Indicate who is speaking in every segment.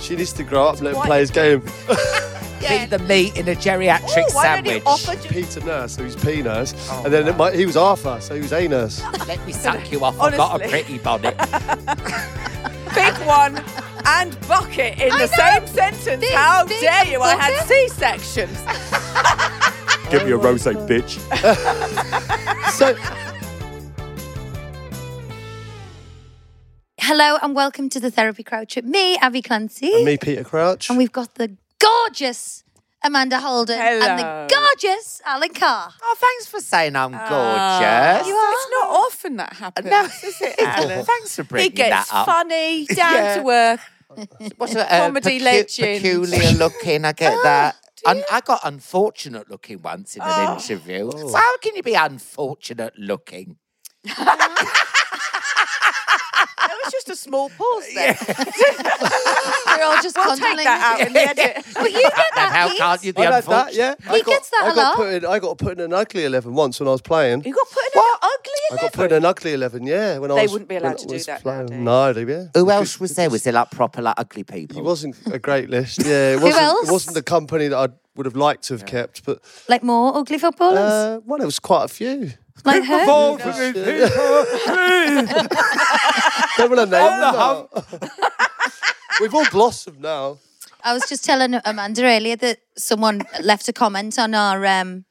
Speaker 1: She needs to grow up, let him play his game.
Speaker 2: Be the meat in a geriatric sandwich.
Speaker 1: Peter Nurse, who's P Nurse, and then it might, he was Arthur, so he was A Nurse.
Speaker 2: Let me suck you off. I've got a pretty bonnet.
Speaker 3: Big one and bucket in the same sentence.
Speaker 4: Big,
Speaker 3: How
Speaker 4: big
Speaker 3: dare you? I had C
Speaker 4: bucket.
Speaker 3: sections.
Speaker 5: Give me a rose, bitch.
Speaker 1: so
Speaker 4: Hello and welcome to the Therapy Crouch. It's me, Abby Clancy.
Speaker 1: and me, Peter Crouch.
Speaker 4: And we've got the gorgeous Amanda Holden and
Speaker 3: Hello.
Speaker 4: the gorgeous Alan Carr.
Speaker 2: Oh, thanks for saying I'm
Speaker 3: Yes.
Speaker 2: gorgeous.
Speaker 4: You are.
Speaker 3: It's not often that happens,
Speaker 2: No.
Speaker 3: is it, Alan?
Speaker 2: Thanks for
Speaker 3: He
Speaker 2: bringing
Speaker 3: gets
Speaker 2: that up.
Speaker 3: funny, down
Speaker 2: Yeah.
Speaker 3: to earth.
Speaker 2: What's a,
Speaker 3: comedy legend.
Speaker 2: Peculiar looking. I get that. Un- I got unfortunate looking once in an interview. So how can you be unfortunate looking?
Speaker 3: That was just a small pause there.
Speaker 4: We're all just
Speaker 3: We'll take
Speaker 4: contemplating.
Speaker 3: that out in the edit.
Speaker 4: But you get
Speaker 2: Then
Speaker 4: that,
Speaker 2: how
Speaker 4: Pete.
Speaker 2: can't you be
Speaker 1: I had
Speaker 2: unfortunate?
Speaker 1: that, yeah.
Speaker 4: He
Speaker 1: I got,
Speaker 4: gets that
Speaker 1: I
Speaker 4: a
Speaker 1: got
Speaker 4: lot.
Speaker 1: Put in, I got put in an ugly 11 once when I was playing.
Speaker 3: You got put in
Speaker 1: I
Speaker 3: an ugly
Speaker 1: got put in an ugly 11, yeah. When I
Speaker 3: They
Speaker 1: was,
Speaker 3: wouldn't be
Speaker 1: when I
Speaker 3: allowed to do
Speaker 1: was
Speaker 3: that
Speaker 1: playing. No, they- yeah.
Speaker 2: Who else was there? Was there like proper like ugly people?
Speaker 1: It wasn't a great list. Yeah, it wasn't,
Speaker 4: else?
Speaker 1: It wasn't the company that I would have liked to have kept, but
Speaker 4: Like more ugly footballers?
Speaker 1: uh, well, it was quite a few.
Speaker 4: like her?
Speaker 2: Oh,
Speaker 1: Don't want to name them out. We've all blossomed now.
Speaker 4: I was just telling Amanda earlier that someone left a comment on our um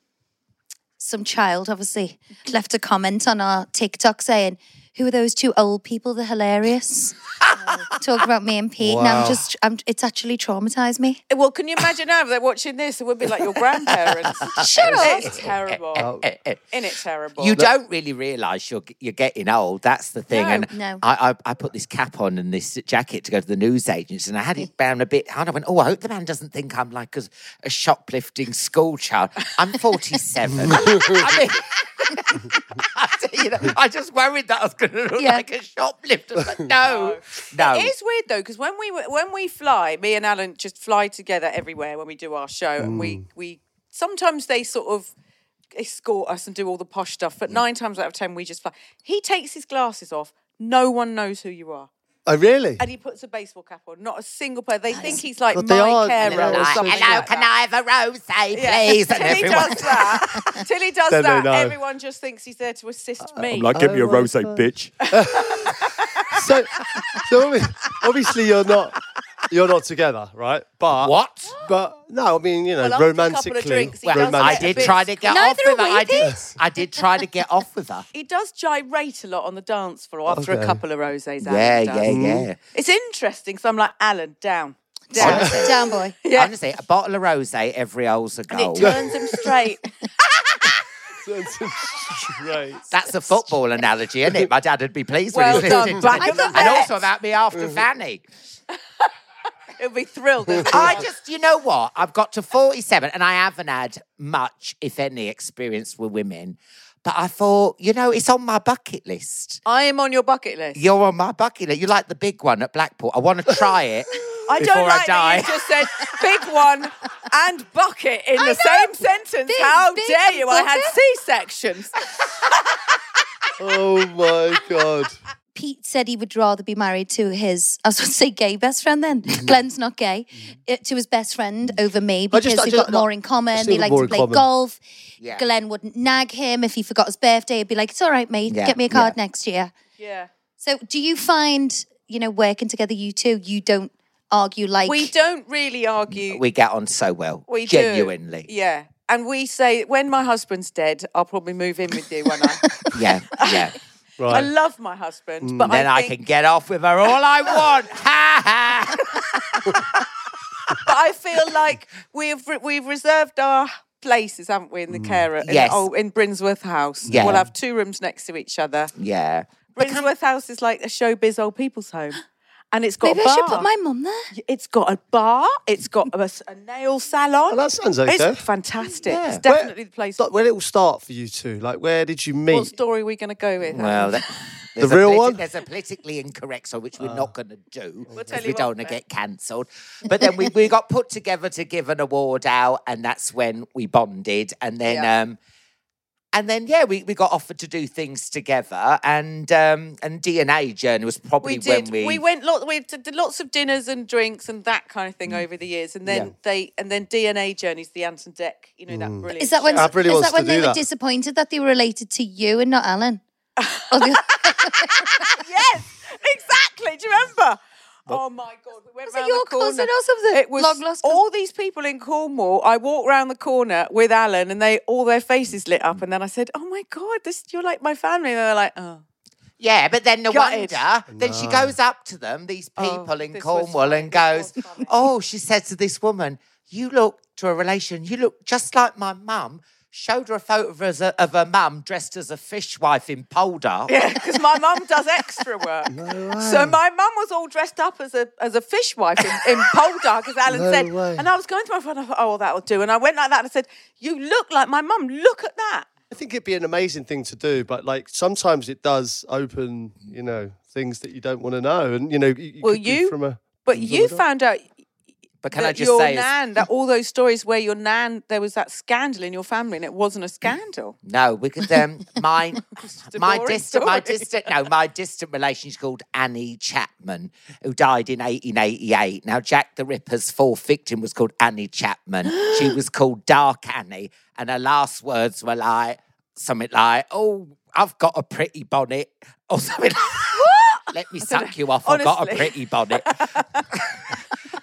Speaker 4: some child obviously left a comment on our TikTok saying, Who are those two old people? They're hilarious. Talk about me and Pete. Now I'm
Speaker 1: Wow.
Speaker 4: just I'm, it's actually traumatized me.
Speaker 3: Well, can you imagine now if they're watching this? It would be like your grandparents.
Speaker 4: Shut up.
Speaker 3: It's terrible. Isn't it terrible?
Speaker 2: You don't really realise you're you're getting old. That's the thing.
Speaker 3: No.
Speaker 2: and
Speaker 4: No.
Speaker 2: I, I I put this cap on and this jacket to go to the newsagents, and I had it down a bit. And I went, oh, I hope the man doesn't think I'm like a, a shoplifting school child. I'm 47. I mean. you know, I just worried that I was going to look
Speaker 4: Yeah.
Speaker 2: like a shoplifter, but no, no.
Speaker 3: It is weird though, because when we were- when we fly, me and Alan just fly together everywhere when we do our show, and we we sometimes they sort of escort us and do all the posh stuff, but nine times out of ten we just fly. He takes his glasses off. No one knows who you are,
Speaker 1: Oh, really?
Speaker 3: and he puts a baseball cap on. Not a single person. They think he's like
Speaker 1: But they
Speaker 3: my
Speaker 1: are-
Speaker 3: carer
Speaker 1: Hello,
Speaker 3: or
Speaker 2: Like,
Speaker 3: something.
Speaker 2: hello,
Speaker 3: like
Speaker 2: can
Speaker 3: that.
Speaker 2: I have a rose,
Speaker 3: Yeah.
Speaker 2: please? And
Speaker 3: till he
Speaker 2: everyone,
Speaker 3: does that, till he does
Speaker 1: Then they
Speaker 3: that,
Speaker 1: know.
Speaker 3: everyone just thinks he's there to assist me.
Speaker 5: I'm like,
Speaker 2: Oh
Speaker 5: give me a rose, bitch.
Speaker 1: so, so obvi- obviously you're not you're not together, right? But
Speaker 2: what?
Speaker 1: But no, I mean you know
Speaker 3: Well, after a couple of
Speaker 1: romantically.
Speaker 3: drinks, he does
Speaker 2: Well, I
Speaker 3: Romantic.
Speaker 2: did
Speaker 3: Bits.
Speaker 2: try to get
Speaker 4: Neither
Speaker 2: off with her.
Speaker 4: are we,
Speaker 2: I did,
Speaker 4: Pete.
Speaker 2: I did try to get off with her.
Speaker 3: He does gyrate a lot on the dance floor after a
Speaker 1: Okay.
Speaker 3: couple of rosés. Alan
Speaker 2: Oh, Yeah,
Speaker 3: does.
Speaker 2: yeah, yeah.
Speaker 3: It's interesting. So I'm like, Alan, down. Down.
Speaker 2: Oh.
Speaker 4: Down, down boy.
Speaker 3: Yeah.
Speaker 2: Honestly, a bottle of rosé every hole's a
Speaker 3: and it
Speaker 2: goal.
Speaker 3: turns him straight.
Speaker 1: Right.
Speaker 2: That's a football analogy, isn't it? My dad would be pleased
Speaker 3: Well
Speaker 2: with
Speaker 3: done,
Speaker 2: it.
Speaker 3: back of the
Speaker 2: and
Speaker 3: net.
Speaker 2: also about me after
Speaker 3: Mm.
Speaker 2: Fanny.
Speaker 3: He'll be thrilled.
Speaker 2: I just, you know what? I've got to 47 and I haven't had much, if any, experience with women. But I thought, you know, it's on my bucket list.
Speaker 3: I am on your bucket list.
Speaker 2: You're on my bucket list. You like the big one at Blackpool. I want to try it.
Speaker 3: I don't
Speaker 2: before I
Speaker 3: like that you
Speaker 2: die.
Speaker 3: just said big one and bucket in the same sentence.
Speaker 4: Big,
Speaker 3: How
Speaker 4: big
Speaker 3: dare
Speaker 4: and
Speaker 3: you? I had
Speaker 4: bucket.
Speaker 3: C sections.
Speaker 1: Oh my god.
Speaker 4: Pete said he would rather be married to his, I was going to say gay best friend then. Glenn's not gay. Uh, to his best friend over me
Speaker 1: I
Speaker 4: because
Speaker 1: Mm-hmm. just- I
Speaker 4: they've
Speaker 1: just-
Speaker 4: got more in
Speaker 1: just
Speaker 4: common.
Speaker 1: think
Speaker 4: They
Speaker 1: we're
Speaker 4: like
Speaker 1: more
Speaker 4: to
Speaker 1: in
Speaker 4: play
Speaker 1: common.
Speaker 4: golf.
Speaker 2: Yeah.
Speaker 4: Glenn wouldn't nag him if he forgot his birthday. He'd be like, it's all right, mate.
Speaker 2: Yeah,
Speaker 4: Get me a card
Speaker 2: yeah.
Speaker 4: next year.
Speaker 3: Yeah.
Speaker 4: So, do you find, you know, working together, you two, you don't argue like
Speaker 3: we don't really argue.
Speaker 2: We get on so well.
Speaker 3: We do.
Speaker 2: genuinely.
Speaker 3: Yeah. And we say, when my husband's dead, I'll probably move in with you. When I,
Speaker 2: Yeah, yeah.
Speaker 3: I
Speaker 1: Right.
Speaker 3: love my husband, but
Speaker 2: Mm, then
Speaker 3: I,
Speaker 2: I,
Speaker 3: think,
Speaker 2: can get off with her all I want. Ha ha.
Speaker 3: but I feel like we've re- we've reserved our places, haven't we, in the carer? In,
Speaker 2: Yes.
Speaker 3: oh, in Brinsworth House,
Speaker 2: Yeah.
Speaker 3: we'll have two rooms next to each other.
Speaker 2: Yeah.
Speaker 3: Brinsworth House is like a showbiz old people's home, and it's got
Speaker 4: Maybe
Speaker 3: a bar.
Speaker 4: I should put my mum there.
Speaker 3: It's got a bar. It's got a, a nail salon.
Speaker 1: Oh, that sounds okay.
Speaker 3: It's fantastic.
Speaker 2: Yeah.
Speaker 3: It's definitely
Speaker 1: Where-
Speaker 3: the place.
Speaker 1: Like, where did it all start for you two? Like, where did you meet?
Speaker 3: What story are we going to go with?
Speaker 2: Well, that, there's
Speaker 1: real
Speaker 2: a politi-
Speaker 1: one?
Speaker 2: There's a politically incorrect song which we're not going to do
Speaker 3: Oh. tell
Speaker 2: because
Speaker 3: you
Speaker 2: we don't
Speaker 3: what,
Speaker 2: want to
Speaker 3: then.
Speaker 2: get cancelled. But then we, we got put together to give an award out, and that's when we bonded. And then,
Speaker 3: Yeah.
Speaker 2: um, and then yeah, we, we got offered to do things together, and um, and DNA journey was
Speaker 3: we
Speaker 2: probably
Speaker 3: did.
Speaker 2: when we,
Speaker 3: went lot. We did did lots of dinners and drinks and that kind of thing over the years, and then they and then DNA journeys, the Anton Deck. You know that brilliant.
Speaker 4: Is that when,
Speaker 3: show.
Speaker 1: Ab really
Speaker 4: is
Speaker 1: wants
Speaker 4: that when
Speaker 1: to
Speaker 4: they
Speaker 1: do
Speaker 4: were
Speaker 1: that.
Speaker 4: disappointed that they were related to you and not Alan? Or the-
Speaker 3: yes, exactly. Do you remember? Oh my God! We went
Speaker 4: Was it
Speaker 3: round
Speaker 4: your
Speaker 3: the corner.
Speaker 4: cousin or something?
Speaker 3: It was
Speaker 4: Long lost cousin?
Speaker 3: all these people in Cornwall. I walked round the corner with Alan, and they all their faces lit up. And then I said, "Oh my God, this you're like my family." And they're like, "Oh,
Speaker 2: Yeah, but then no
Speaker 3: Gutted. Oh,
Speaker 2: wonder. Then she goes up to them, these people in
Speaker 3: this was
Speaker 2: Cornwall,
Speaker 3: funny.
Speaker 2: and
Speaker 3: This
Speaker 2: goes,
Speaker 3: was funny.
Speaker 2: "Oh," she said to this woman, "You look to a relation. You look just like my mum." Showed her a photo of, her, of her mum dressed as a fishwife in Poldark.
Speaker 3: Yeah, because my mum does extra work. so my mum was all dressed up as a as a fishwife in, in Poldark, as Alan
Speaker 1: No
Speaker 3: said.
Speaker 1: way.
Speaker 3: And I was going to my friend, I thought, oh, well, that'll do. And I went like that and I said, You look like my mum, look at that.
Speaker 1: I think it'd be an amazing thing to do, but like sometimes it does open, you know, things that you don't want to know, and you know, you, you
Speaker 3: Well,
Speaker 1: could do
Speaker 3: you-
Speaker 1: from a
Speaker 3: But you found out
Speaker 2: But can
Speaker 3: that
Speaker 2: I just
Speaker 3: your
Speaker 2: say, as-
Speaker 3: nan, that all those stories where your nan, there was that scandal in your family and it wasn't a
Speaker 2: Mm.
Speaker 3: scandal.
Speaker 2: No, because um, my
Speaker 3: a
Speaker 2: my
Speaker 3: boring
Speaker 2: distant my
Speaker 3: story.
Speaker 2: distant no my distant relation is called Annie Chapman, who died in 1888. Now Jack the Ripper's fourth victim was called Annie Chapman. she was called Dark Annie, and her last words were like something like, "Oh, I've got a pretty bonnet," or something. Like, what? Let me suck you off. I've got a
Speaker 3: Honestly.
Speaker 2: pretty bonnet.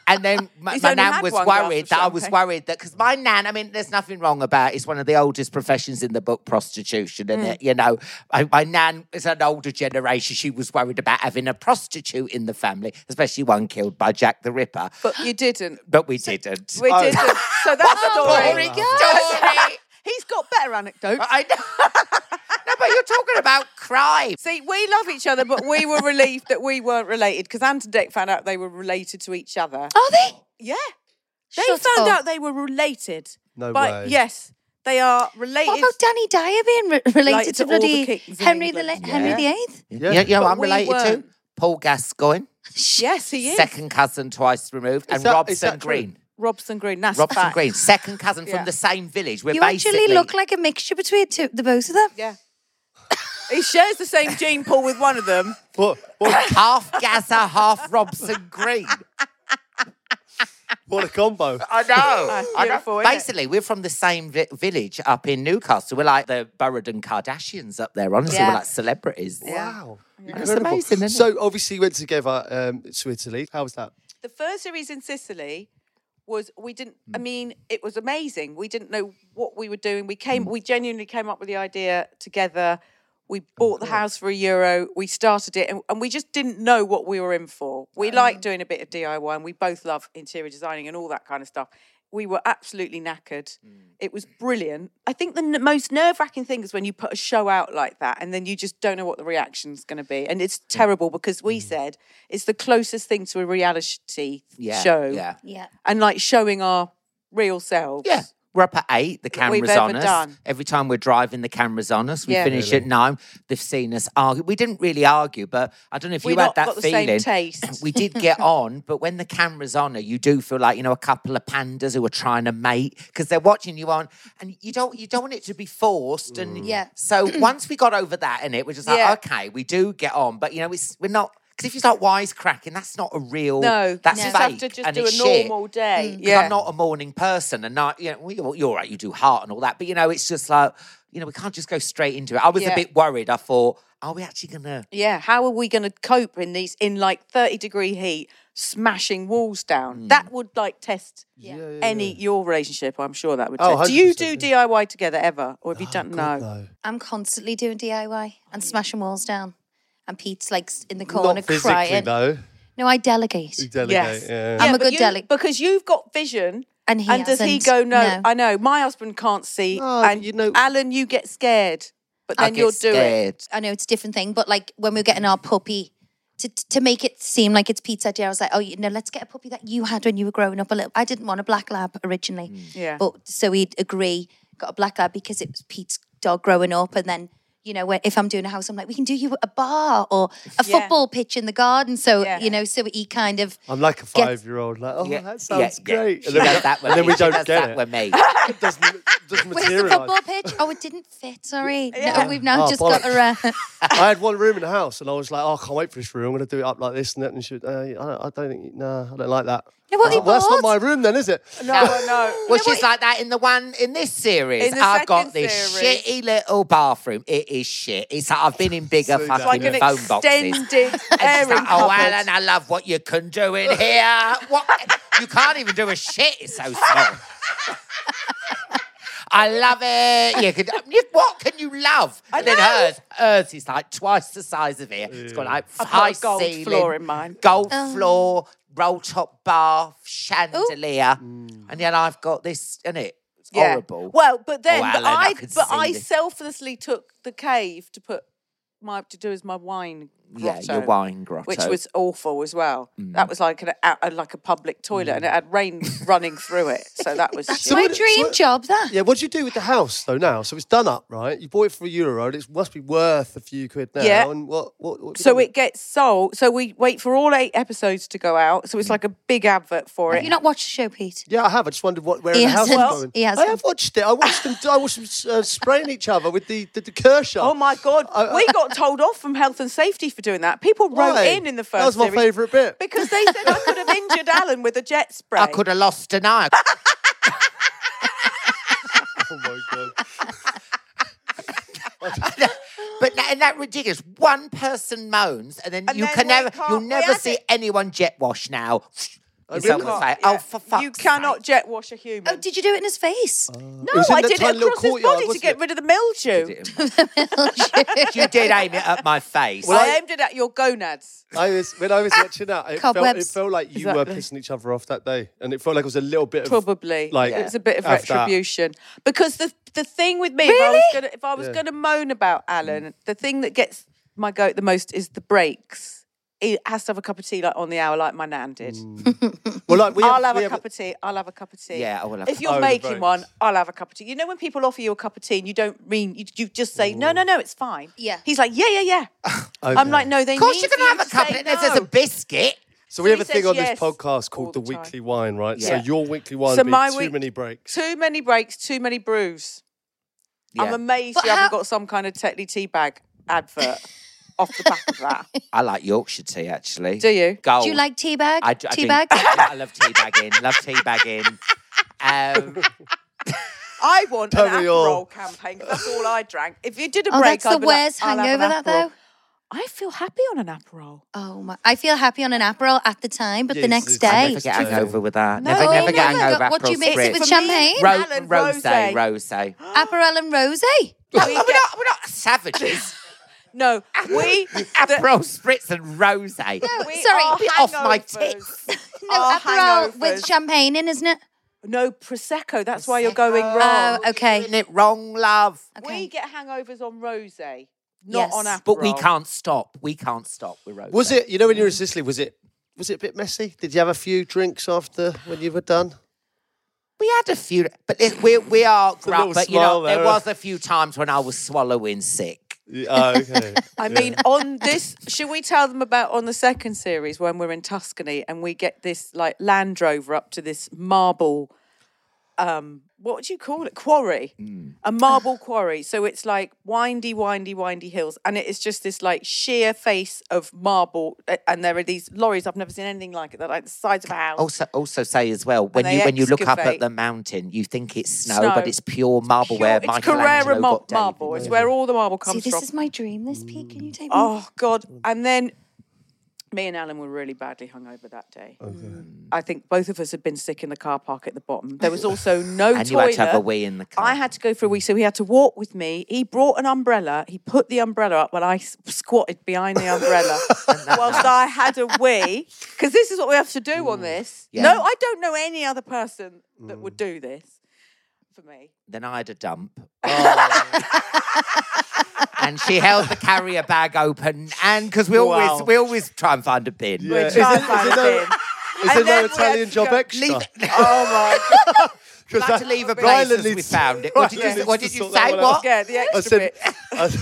Speaker 2: And then my,
Speaker 3: He's
Speaker 2: my
Speaker 3: only
Speaker 2: nan
Speaker 3: had
Speaker 2: was
Speaker 3: one glass
Speaker 2: worried
Speaker 3: of
Speaker 2: that I was
Speaker 3: champagne.
Speaker 2: worried that because my nan, I mean, there's nothing wrong about. It. It's one of the oldest professions in the book, prostitution, and it, you know, I, my nan is an older generation. She was worried about having a prostitute in the family, especially one killed by Jack the Ripper. But,
Speaker 3: But you didn't.
Speaker 2: we didn't.
Speaker 3: We
Speaker 1: Oh.
Speaker 3: didn't. So that's a
Speaker 4: Oh
Speaker 3: story.
Speaker 2: Boring story. Uh.
Speaker 3: He's got better anecdotes.
Speaker 2: I know. no, but you're talking about crime.
Speaker 3: See, we love each other, but we were relieved that we weren't related because Anton Deck found out they were related to each other.
Speaker 2: Oh,
Speaker 4: Are they?
Speaker 3: Yeah. They
Speaker 4: Shut
Speaker 3: found
Speaker 4: up.
Speaker 3: out they were related.
Speaker 1: No
Speaker 3: by,
Speaker 1: way.
Speaker 3: Yes, they are related.
Speaker 4: What about Danny Dyer being re- related
Speaker 3: Like,
Speaker 4: to
Speaker 3: to all the
Speaker 4: bloody
Speaker 3: kings in
Speaker 4: Henry the,
Speaker 3: England.
Speaker 4: Le- Henry
Speaker 2: Yeah.
Speaker 4: the Eighth?
Speaker 2: You know, you know
Speaker 3: But
Speaker 2: what I'm
Speaker 3: we
Speaker 2: related to
Speaker 3: weren't.
Speaker 2: Paul Gascoigne,
Speaker 3: Yes, he is.
Speaker 2: second cousin twice removed, and
Speaker 1: that- is
Speaker 2: Robson
Speaker 1: that true?
Speaker 2: Green.
Speaker 3: Robson Green. That's
Speaker 2: Robson
Speaker 3: fact.
Speaker 2: Green, second cousin
Speaker 3: Yeah.
Speaker 2: from the same village. We're
Speaker 4: You
Speaker 2: basically
Speaker 4: actually look like a mixture between two, the both of them.
Speaker 3: Yeah. he shares the same gene pool with one of them.
Speaker 1: what, what,
Speaker 2: half Gazza, half Robson Green.
Speaker 1: what a combo.
Speaker 2: I know. I
Speaker 3: beautiful,
Speaker 2: know.
Speaker 3: isn't it?
Speaker 2: Basically, we're from the same vi- village up in Newcastle. We're like the Burradon Kardashians up there. Honestly,
Speaker 4: Yeah.
Speaker 2: we're like celebrities.
Speaker 1: Wow,
Speaker 2: That's amazing. Isn't it?
Speaker 1: So obviously you went together um, to Italy. How was that?
Speaker 3: The first series in Sicily was we didn't I
Speaker 2: Mm.
Speaker 3: mean, it was amazing. We didn't know what we were doing. We came
Speaker 2: Mm.
Speaker 3: we genuinely came up with the idea together.
Speaker 2: Oh,
Speaker 3: We bought the house for a euro. We started it and, and we just didn't know what we were in for. We like doing a bit of DIY and we both love interior designing and all that kind of stuff. We were absolutely knackered.
Speaker 2: Mm.
Speaker 3: It was brilliant. I think the n- most nerve wracking thing is when you put a show out like that and then you just don't know what the reaction's going to be. And
Speaker 2: Mm.
Speaker 3: it's terrible because we said it's the closest thing to a reality
Speaker 2: yeah,
Speaker 3: show
Speaker 2: Yeah.
Speaker 4: Yeah.
Speaker 3: and like showing our real selves.
Speaker 2: Yeah. We're up at eight, the
Speaker 3: That we've
Speaker 2: camera's
Speaker 3: ever
Speaker 2: on us.
Speaker 3: done.
Speaker 2: Every time we're driving, the camera's on us. We
Speaker 3: Yeah.
Speaker 2: finish at nine, they've seen us argue. We didn't really argue, but I don't know if
Speaker 3: We
Speaker 2: you had
Speaker 3: not
Speaker 2: that
Speaker 3: got the same
Speaker 2: feeling.
Speaker 3: taste.
Speaker 2: we did get on, but when the camera's on her, you do feel like, you know, a couple of pandas who are trying to mate because they're watching you on and you don't you don't want it to be forced. And
Speaker 4: Yeah.
Speaker 2: So once we got over that in it, we're just like,
Speaker 3: Yeah.
Speaker 2: okay, we do get on, but you know, it's we're not because if you start wisecracking, that's not a real
Speaker 3: No,
Speaker 2: that's
Speaker 3: you
Speaker 2: fake.
Speaker 3: just have to just
Speaker 2: and
Speaker 3: do
Speaker 2: it's
Speaker 3: a
Speaker 2: shit. Mm.
Speaker 3: normal day.
Speaker 2: 'Cause
Speaker 3: Yeah.
Speaker 2: I'm not a morning person, and not you know, well, you're, you're all right. You do heart and all that, but you know, it's just like you know, we can't just go straight into it. I was
Speaker 3: Yeah.
Speaker 2: a bit worried. I thought, are we actually going to?
Speaker 3: Yeah, how are we going to cope in these in like 30 degree heat smashing walls
Speaker 2: Mm.
Speaker 3: down? That would like test any your relationship, I'm sure that would
Speaker 1: Oh,
Speaker 3: test. Do you
Speaker 1: 100%,
Speaker 3: do
Speaker 1: yeah.
Speaker 3: DIY together ever or
Speaker 2: Oh,
Speaker 3: have you done
Speaker 1: Oh, God,
Speaker 3: no?
Speaker 4: I'm constantly doing DIY
Speaker 3: Mm.
Speaker 4: and smashing walls down. And Pete's like s- in the
Speaker 1: no.
Speaker 4: corner
Speaker 1: Not physically
Speaker 4: crying.
Speaker 1: though.
Speaker 4: No, I delegate.
Speaker 1: You delegate.
Speaker 3: Yes.
Speaker 1: Yeah.
Speaker 4: I'm a
Speaker 3: but
Speaker 4: good
Speaker 3: you-
Speaker 4: delegate.
Speaker 3: Because you've got vision.
Speaker 4: And he
Speaker 3: and does he go,
Speaker 4: hasn't,
Speaker 3: no,
Speaker 4: no.
Speaker 3: I know, my husband can't see.
Speaker 1: Oh,
Speaker 3: and
Speaker 1: you know-
Speaker 3: Alan, you get scared, but
Speaker 2: I
Speaker 3: then
Speaker 2: get
Speaker 3: you'll do it.
Speaker 2: scared.
Speaker 4: I know it's a different thing, but like when we were getting our puppy, to, to make it seem like it's Pete's idea, I was like, oh, you know, let's get a puppy that you had when you were growing up a little. I didn't want a black lab originally.
Speaker 1: Mm.
Speaker 3: Yeah.
Speaker 4: But so we'd agree, got a black lab because it was Pete's dog growing up. And then, you know, when, if I'm doing a house, I'm like, we can do you a bar or a
Speaker 3: Yeah.
Speaker 4: football pitch in the garden. So,
Speaker 3: Yeah.
Speaker 4: you know, so he kind of,
Speaker 1: I'm like a five year old. Like, oh, that sounds great.
Speaker 2: She
Speaker 1: And then, we
Speaker 2: does
Speaker 1: don't-
Speaker 2: that with
Speaker 1: and then
Speaker 2: me.
Speaker 1: we
Speaker 2: She
Speaker 1: don't
Speaker 2: does
Speaker 1: get
Speaker 2: that with
Speaker 1: it.
Speaker 2: me.
Speaker 1: It doesn't, it doesn't
Speaker 4: where's the
Speaker 1: materialize.
Speaker 4: football pitch? Oh, it didn't fit. Sorry.
Speaker 3: Yeah.
Speaker 4: No, we've now
Speaker 1: Oh,
Speaker 4: just got
Speaker 1: bollocks.
Speaker 4: a. Uh,
Speaker 1: I had one room in the house, and I was like, oh, I can't wait for this room. I'm going to do it up like this and that. And she, uh, I, don't, I don't think, nah, I don't like that.
Speaker 4: You know what he
Speaker 1: Well, that's not my
Speaker 4: bought?
Speaker 1: room then, is it?
Speaker 3: No, no.
Speaker 2: Well, she's like that in the one in this series.
Speaker 3: In the
Speaker 2: I've got
Speaker 3: second
Speaker 2: this
Speaker 3: series.
Speaker 2: shitty little bathroom. It is shit. It's like I've been in bigger
Speaker 1: So
Speaker 2: fucking
Speaker 3: like an
Speaker 2: phone boxes. And
Speaker 3: extended
Speaker 2: she's
Speaker 3: airing
Speaker 2: like, oh,
Speaker 3: cupboard.
Speaker 2: Alan, I love what you can do in here. What you can't even do a shit. It's so small. I love it. You could. you- What can you love? And then hers, hers is like twice the size of here. It's got like
Speaker 3: I've got a
Speaker 2: high
Speaker 3: gold
Speaker 2: ceiling,
Speaker 3: floor in mine. Um.
Speaker 2: gold floor, roll top bath, chandelier, and then I've got this, and it. It's horrible.
Speaker 3: Well, but then,
Speaker 2: Oh,
Speaker 3: but
Speaker 2: Alan, I
Speaker 3: I,
Speaker 2: could
Speaker 3: but
Speaker 2: see
Speaker 3: I
Speaker 2: this.
Speaker 3: selflessly took the cave to put my to do as my wine.
Speaker 2: Yeah,
Speaker 3: Grotto,
Speaker 2: your wine grotto. Mm.
Speaker 3: which was awful as well. That was like an, a, a- like a public toilet, and it had rain running through it, so that was shit.
Speaker 4: my
Speaker 1: what-
Speaker 4: dream
Speaker 1: so-
Speaker 4: job, that.
Speaker 1: Yeah, what do you do with the house though now? So it's done up, right? You bought it for a euro, and it must be worth a few quid now.
Speaker 3: Yeah.
Speaker 1: And what? what, what
Speaker 3: So it gets sold. So we wait for all eight episodes to go out. So
Speaker 2: Mm.
Speaker 3: it's like a big advert for
Speaker 4: Have
Speaker 3: it.
Speaker 4: you not watched the show, Pete?
Speaker 1: Yeah, I have. I just wondered what where
Speaker 4: He
Speaker 1: in the house
Speaker 4: hasn't.
Speaker 1: was going.
Speaker 4: He
Speaker 1: I
Speaker 4: hasn't.
Speaker 1: have watched it. I watched them. I watched them uh, spraying each other with the the, the Kershaw.
Speaker 3: Oh my god,
Speaker 1: I- I-
Speaker 3: we got told off from health and safety for doing that. People wrote
Speaker 1: Uh, Why?
Speaker 3: in in the first.
Speaker 1: That was my
Speaker 3: series
Speaker 1: favourite bit.
Speaker 3: because they said I could have injured Alan with a jet spray.
Speaker 2: I could have lost an eye.
Speaker 1: Oh my god.
Speaker 2: but that, and that ridiculous. One person moans, and then
Speaker 3: And
Speaker 2: you
Speaker 3: then
Speaker 2: can
Speaker 3: we
Speaker 2: never,
Speaker 3: can't-
Speaker 2: you'll
Speaker 3: we
Speaker 2: never
Speaker 3: had
Speaker 2: see
Speaker 3: it.
Speaker 2: anyone jet wash now. And someone will say,
Speaker 3: Can't,
Speaker 2: "Oh,
Speaker 3: yeah.
Speaker 2: for fuck's
Speaker 3: You cannot
Speaker 2: sake."
Speaker 3: jet wash a human.
Speaker 4: Oh, did you do it in his face?
Speaker 1: Oh.
Speaker 3: No, I did it across his body to get rid of the mildew.
Speaker 2: you did aim it at my face.
Speaker 3: I aimed it at your gonads.
Speaker 1: I was when I was watching that, it felt, it
Speaker 4: Cobwebs.
Speaker 1: felt like you were
Speaker 3: Exactly.
Speaker 1: pissing each other off that day, and it felt like it was a little bit of
Speaker 3: Probably,
Speaker 1: like
Speaker 3: it was a bit of
Speaker 1: have that.
Speaker 3: retribution because the the thing with me, if I was gonna, if I was gonna moan about
Speaker 1: Mm.
Speaker 3: Alan, the thing that gets my goat the most is the breaks. He has to have a cup of tea like on the hour, like my nan did.
Speaker 1: Mm. Well, like we
Speaker 3: I'll have
Speaker 1: we
Speaker 3: a cup of tea. I'll have a cup of tea.
Speaker 2: Yeah, I will have a
Speaker 3: If
Speaker 2: cup
Speaker 3: you're
Speaker 1: of tea. Over the
Speaker 3: making
Speaker 1: breaks.
Speaker 3: one, I'll have a cup of tea. You know when people offer you a cup of tea and you don't mean you, you just say no, no, no, it's fine.
Speaker 4: Yeah.
Speaker 3: He's like, yeah, yeah, yeah.
Speaker 1: Oh,
Speaker 3: I'm like, no, they.
Speaker 2: of course,
Speaker 3: mean
Speaker 2: you're
Speaker 3: for
Speaker 2: going to have
Speaker 3: you
Speaker 2: a couple.
Speaker 3: say
Speaker 2: and There's a
Speaker 3: no."
Speaker 2: biscuit.
Speaker 1: So we have
Speaker 3: He
Speaker 1: a thing
Speaker 3: says
Speaker 1: on
Speaker 3: yes
Speaker 1: this podcast
Speaker 3: all
Speaker 1: called
Speaker 3: the
Speaker 1: the,
Speaker 3: time.
Speaker 1: Weekly Wine, right?
Speaker 3: Yeah.
Speaker 1: So your weekly wine
Speaker 3: So
Speaker 1: would be
Speaker 3: my
Speaker 1: too
Speaker 3: week-
Speaker 1: many breaks.
Speaker 3: Too many breaks, too many brews. I'm
Speaker 2: Yeah.
Speaker 3: amazed
Speaker 4: But
Speaker 3: you haven't
Speaker 4: how-
Speaker 3: got some kind of Tetley tea bag advert off the back of that.
Speaker 2: I like Yorkshire tea actually.
Speaker 3: Do you?
Speaker 2: Gold.
Speaker 4: Do you like teabag?
Speaker 2: I, d- I do.
Speaker 4: teabag?
Speaker 2: I love teabagging. love teabagging. Um,
Speaker 3: I want an
Speaker 1: Totally all.
Speaker 3: Aperol campaign. 'cause That's all I drank. If you did a
Speaker 4: Oh,
Speaker 3: break,
Speaker 4: that's the
Speaker 3: I'd be like,
Speaker 4: worst
Speaker 3: "I'll have an
Speaker 4: hangover, that
Speaker 3: Aperol."
Speaker 4: though.
Speaker 3: I feel happy on an Aperol.
Speaker 4: Oh my! I feel happy on an Aperol at the time, but the
Speaker 1: Yes,
Speaker 4: next
Speaker 1: it's- I
Speaker 4: day,
Speaker 2: never get hangover with that.
Speaker 3: No,
Speaker 2: never,
Speaker 3: Oh,
Speaker 2: never get
Speaker 3: no.
Speaker 2: hangover.
Speaker 4: What do you
Speaker 2: Aperol
Speaker 4: mix it
Speaker 2: spritz.
Speaker 4: with?
Speaker 3: For me,
Speaker 4: champagne?
Speaker 2: Ro-
Speaker 3: Alan,
Speaker 2: rose,
Speaker 3: rosé.
Speaker 2: rose.
Speaker 4: Aperol and rosé.
Speaker 2: No, we're, not, we're not savages.
Speaker 3: No, we the,
Speaker 2: Aperol spritz and rose.
Speaker 3: we
Speaker 4: Sorry,
Speaker 3: are
Speaker 2: Get off my
Speaker 3: hangovers.
Speaker 4: No,
Speaker 3: Our
Speaker 4: Aperol
Speaker 3: oh, hangovers.
Speaker 4: with champagne in, isn't it?
Speaker 3: No prosecco. That's why you're going
Speaker 2: Prosecco.
Speaker 3: wrong.
Speaker 4: Oh, okay.
Speaker 2: Doing it wrong, love.
Speaker 4: okay.
Speaker 3: We get hangovers on rosé, not
Speaker 4: Yes.
Speaker 3: on Aperol.
Speaker 2: But we can't stop. We can't stop. We're rose.
Speaker 1: Was it? You know, when you were in Sicily, was it? Was it a bit messy? Did you have a few drinks after when you were done?
Speaker 2: We had a few, but it, we we are
Speaker 1: little
Speaker 2: gruff. But you know,
Speaker 1: smile
Speaker 2: there
Speaker 1: there.
Speaker 2: was a few times when I was swallowing sick.
Speaker 1: Oh, okay.
Speaker 3: I mean, on this, should we tell them about on the second series when we're in Tuscany and we get this like Land Rover up to this marble um what do you call it? Quarry,
Speaker 2: Hmm.
Speaker 3: a marble quarry. So it's like windy, windy, windy hills, and it is just this like sheer face of marble. a- And there are these lorries. I've never seen anything like it. They're like the size of a house.
Speaker 2: Also, also say as well when
Speaker 3: they
Speaker 2: you when you look up at
Speaker 3: excavate.
Speaker 2: the mountain, you think it's snow,
Speaker 3: Snow.
Speaker 2: but it's pure marble.
Speaker 3: Sure,
Speaker 2: where
Speaker 3: it's
Speaker 2: Michelangelo
Speaker 3: Carrara
Speaker 2: got
Speaker 3: mar-
Speaker 2: David
Speaker 3: marble. It's where all the marble
Speaker 4: See,
Speaker 3: comes
Speaker 4: this
Speaker 3: from.
Speaker 4: is my dream. This Pete, can you take me?
Speaker 3: Oh
Speaker 1: Mm.
Speaker 3: God! And then me and Alan were really badly hungover that day.
Speaker 1: Oh,
Speaker 3: Mm. I think both of us had been sick in the car park at the bottom. There was also no
Speaker 2: And you
Speaker 3: toilet.
Speaker 2: had to have a wee in the car.
Speaker 3: I had to go for a wee, so he had to walk with me. He brought an umbrella. He put the umbrella up, and I s- squatted behind the umbrella whilst I had a wee. Because this is what we have to do
Speaker 1: Mm.
Speaker 3: on this. No, I don't know any other person that would
Speaker 1: Mm.
Speaker 3: do this for me.
Speaker 2: Then I had a dump. Oh. and she held the carrier bag open, and because we always
Speaker 3: Wow.
Speaker 2: we always try and find a bin.
Speaker 1: Yeah.
Speaker 3: Which I
Speaker 1: Is it- is it
Speaker 3: found
Speaker 1: no-
Speaker 3: in.
Speaker 1: Is
Speaker 3: And
Speaker 1: there
Speaker 3: then
Speaker 1: no
Speaker 3: we had
Speaker 1: Italian
Speaker 3: to
Speaker 1: job
Speaker 3: go-
Speaker 1: extra?
Speaker 2: Oh my god!
Speaker 1: 'Cause
Speaker 2: Had
Speaker 1: that-
Speaker 2: to leave a
Speaker 1: Ryland
Speaker 2: place as we
Speaker 1: needs-
Speaker 2: found it. What did
Speaker 1: Ryland
Speaker 2: you, what
Speaker 1: needs
Speaker 2: did
Speaker 1: to
Speaker 2: you
Speaker 1: sort that
Speaker 2: say?
Speaker 1: one out.
Speaker 2: What?
Speaker 3: Yeah, the
Speaker 1: I
Speaker 3: extra
Speaker 1: said,
Speaker 3: bit.
Speaker 1: I,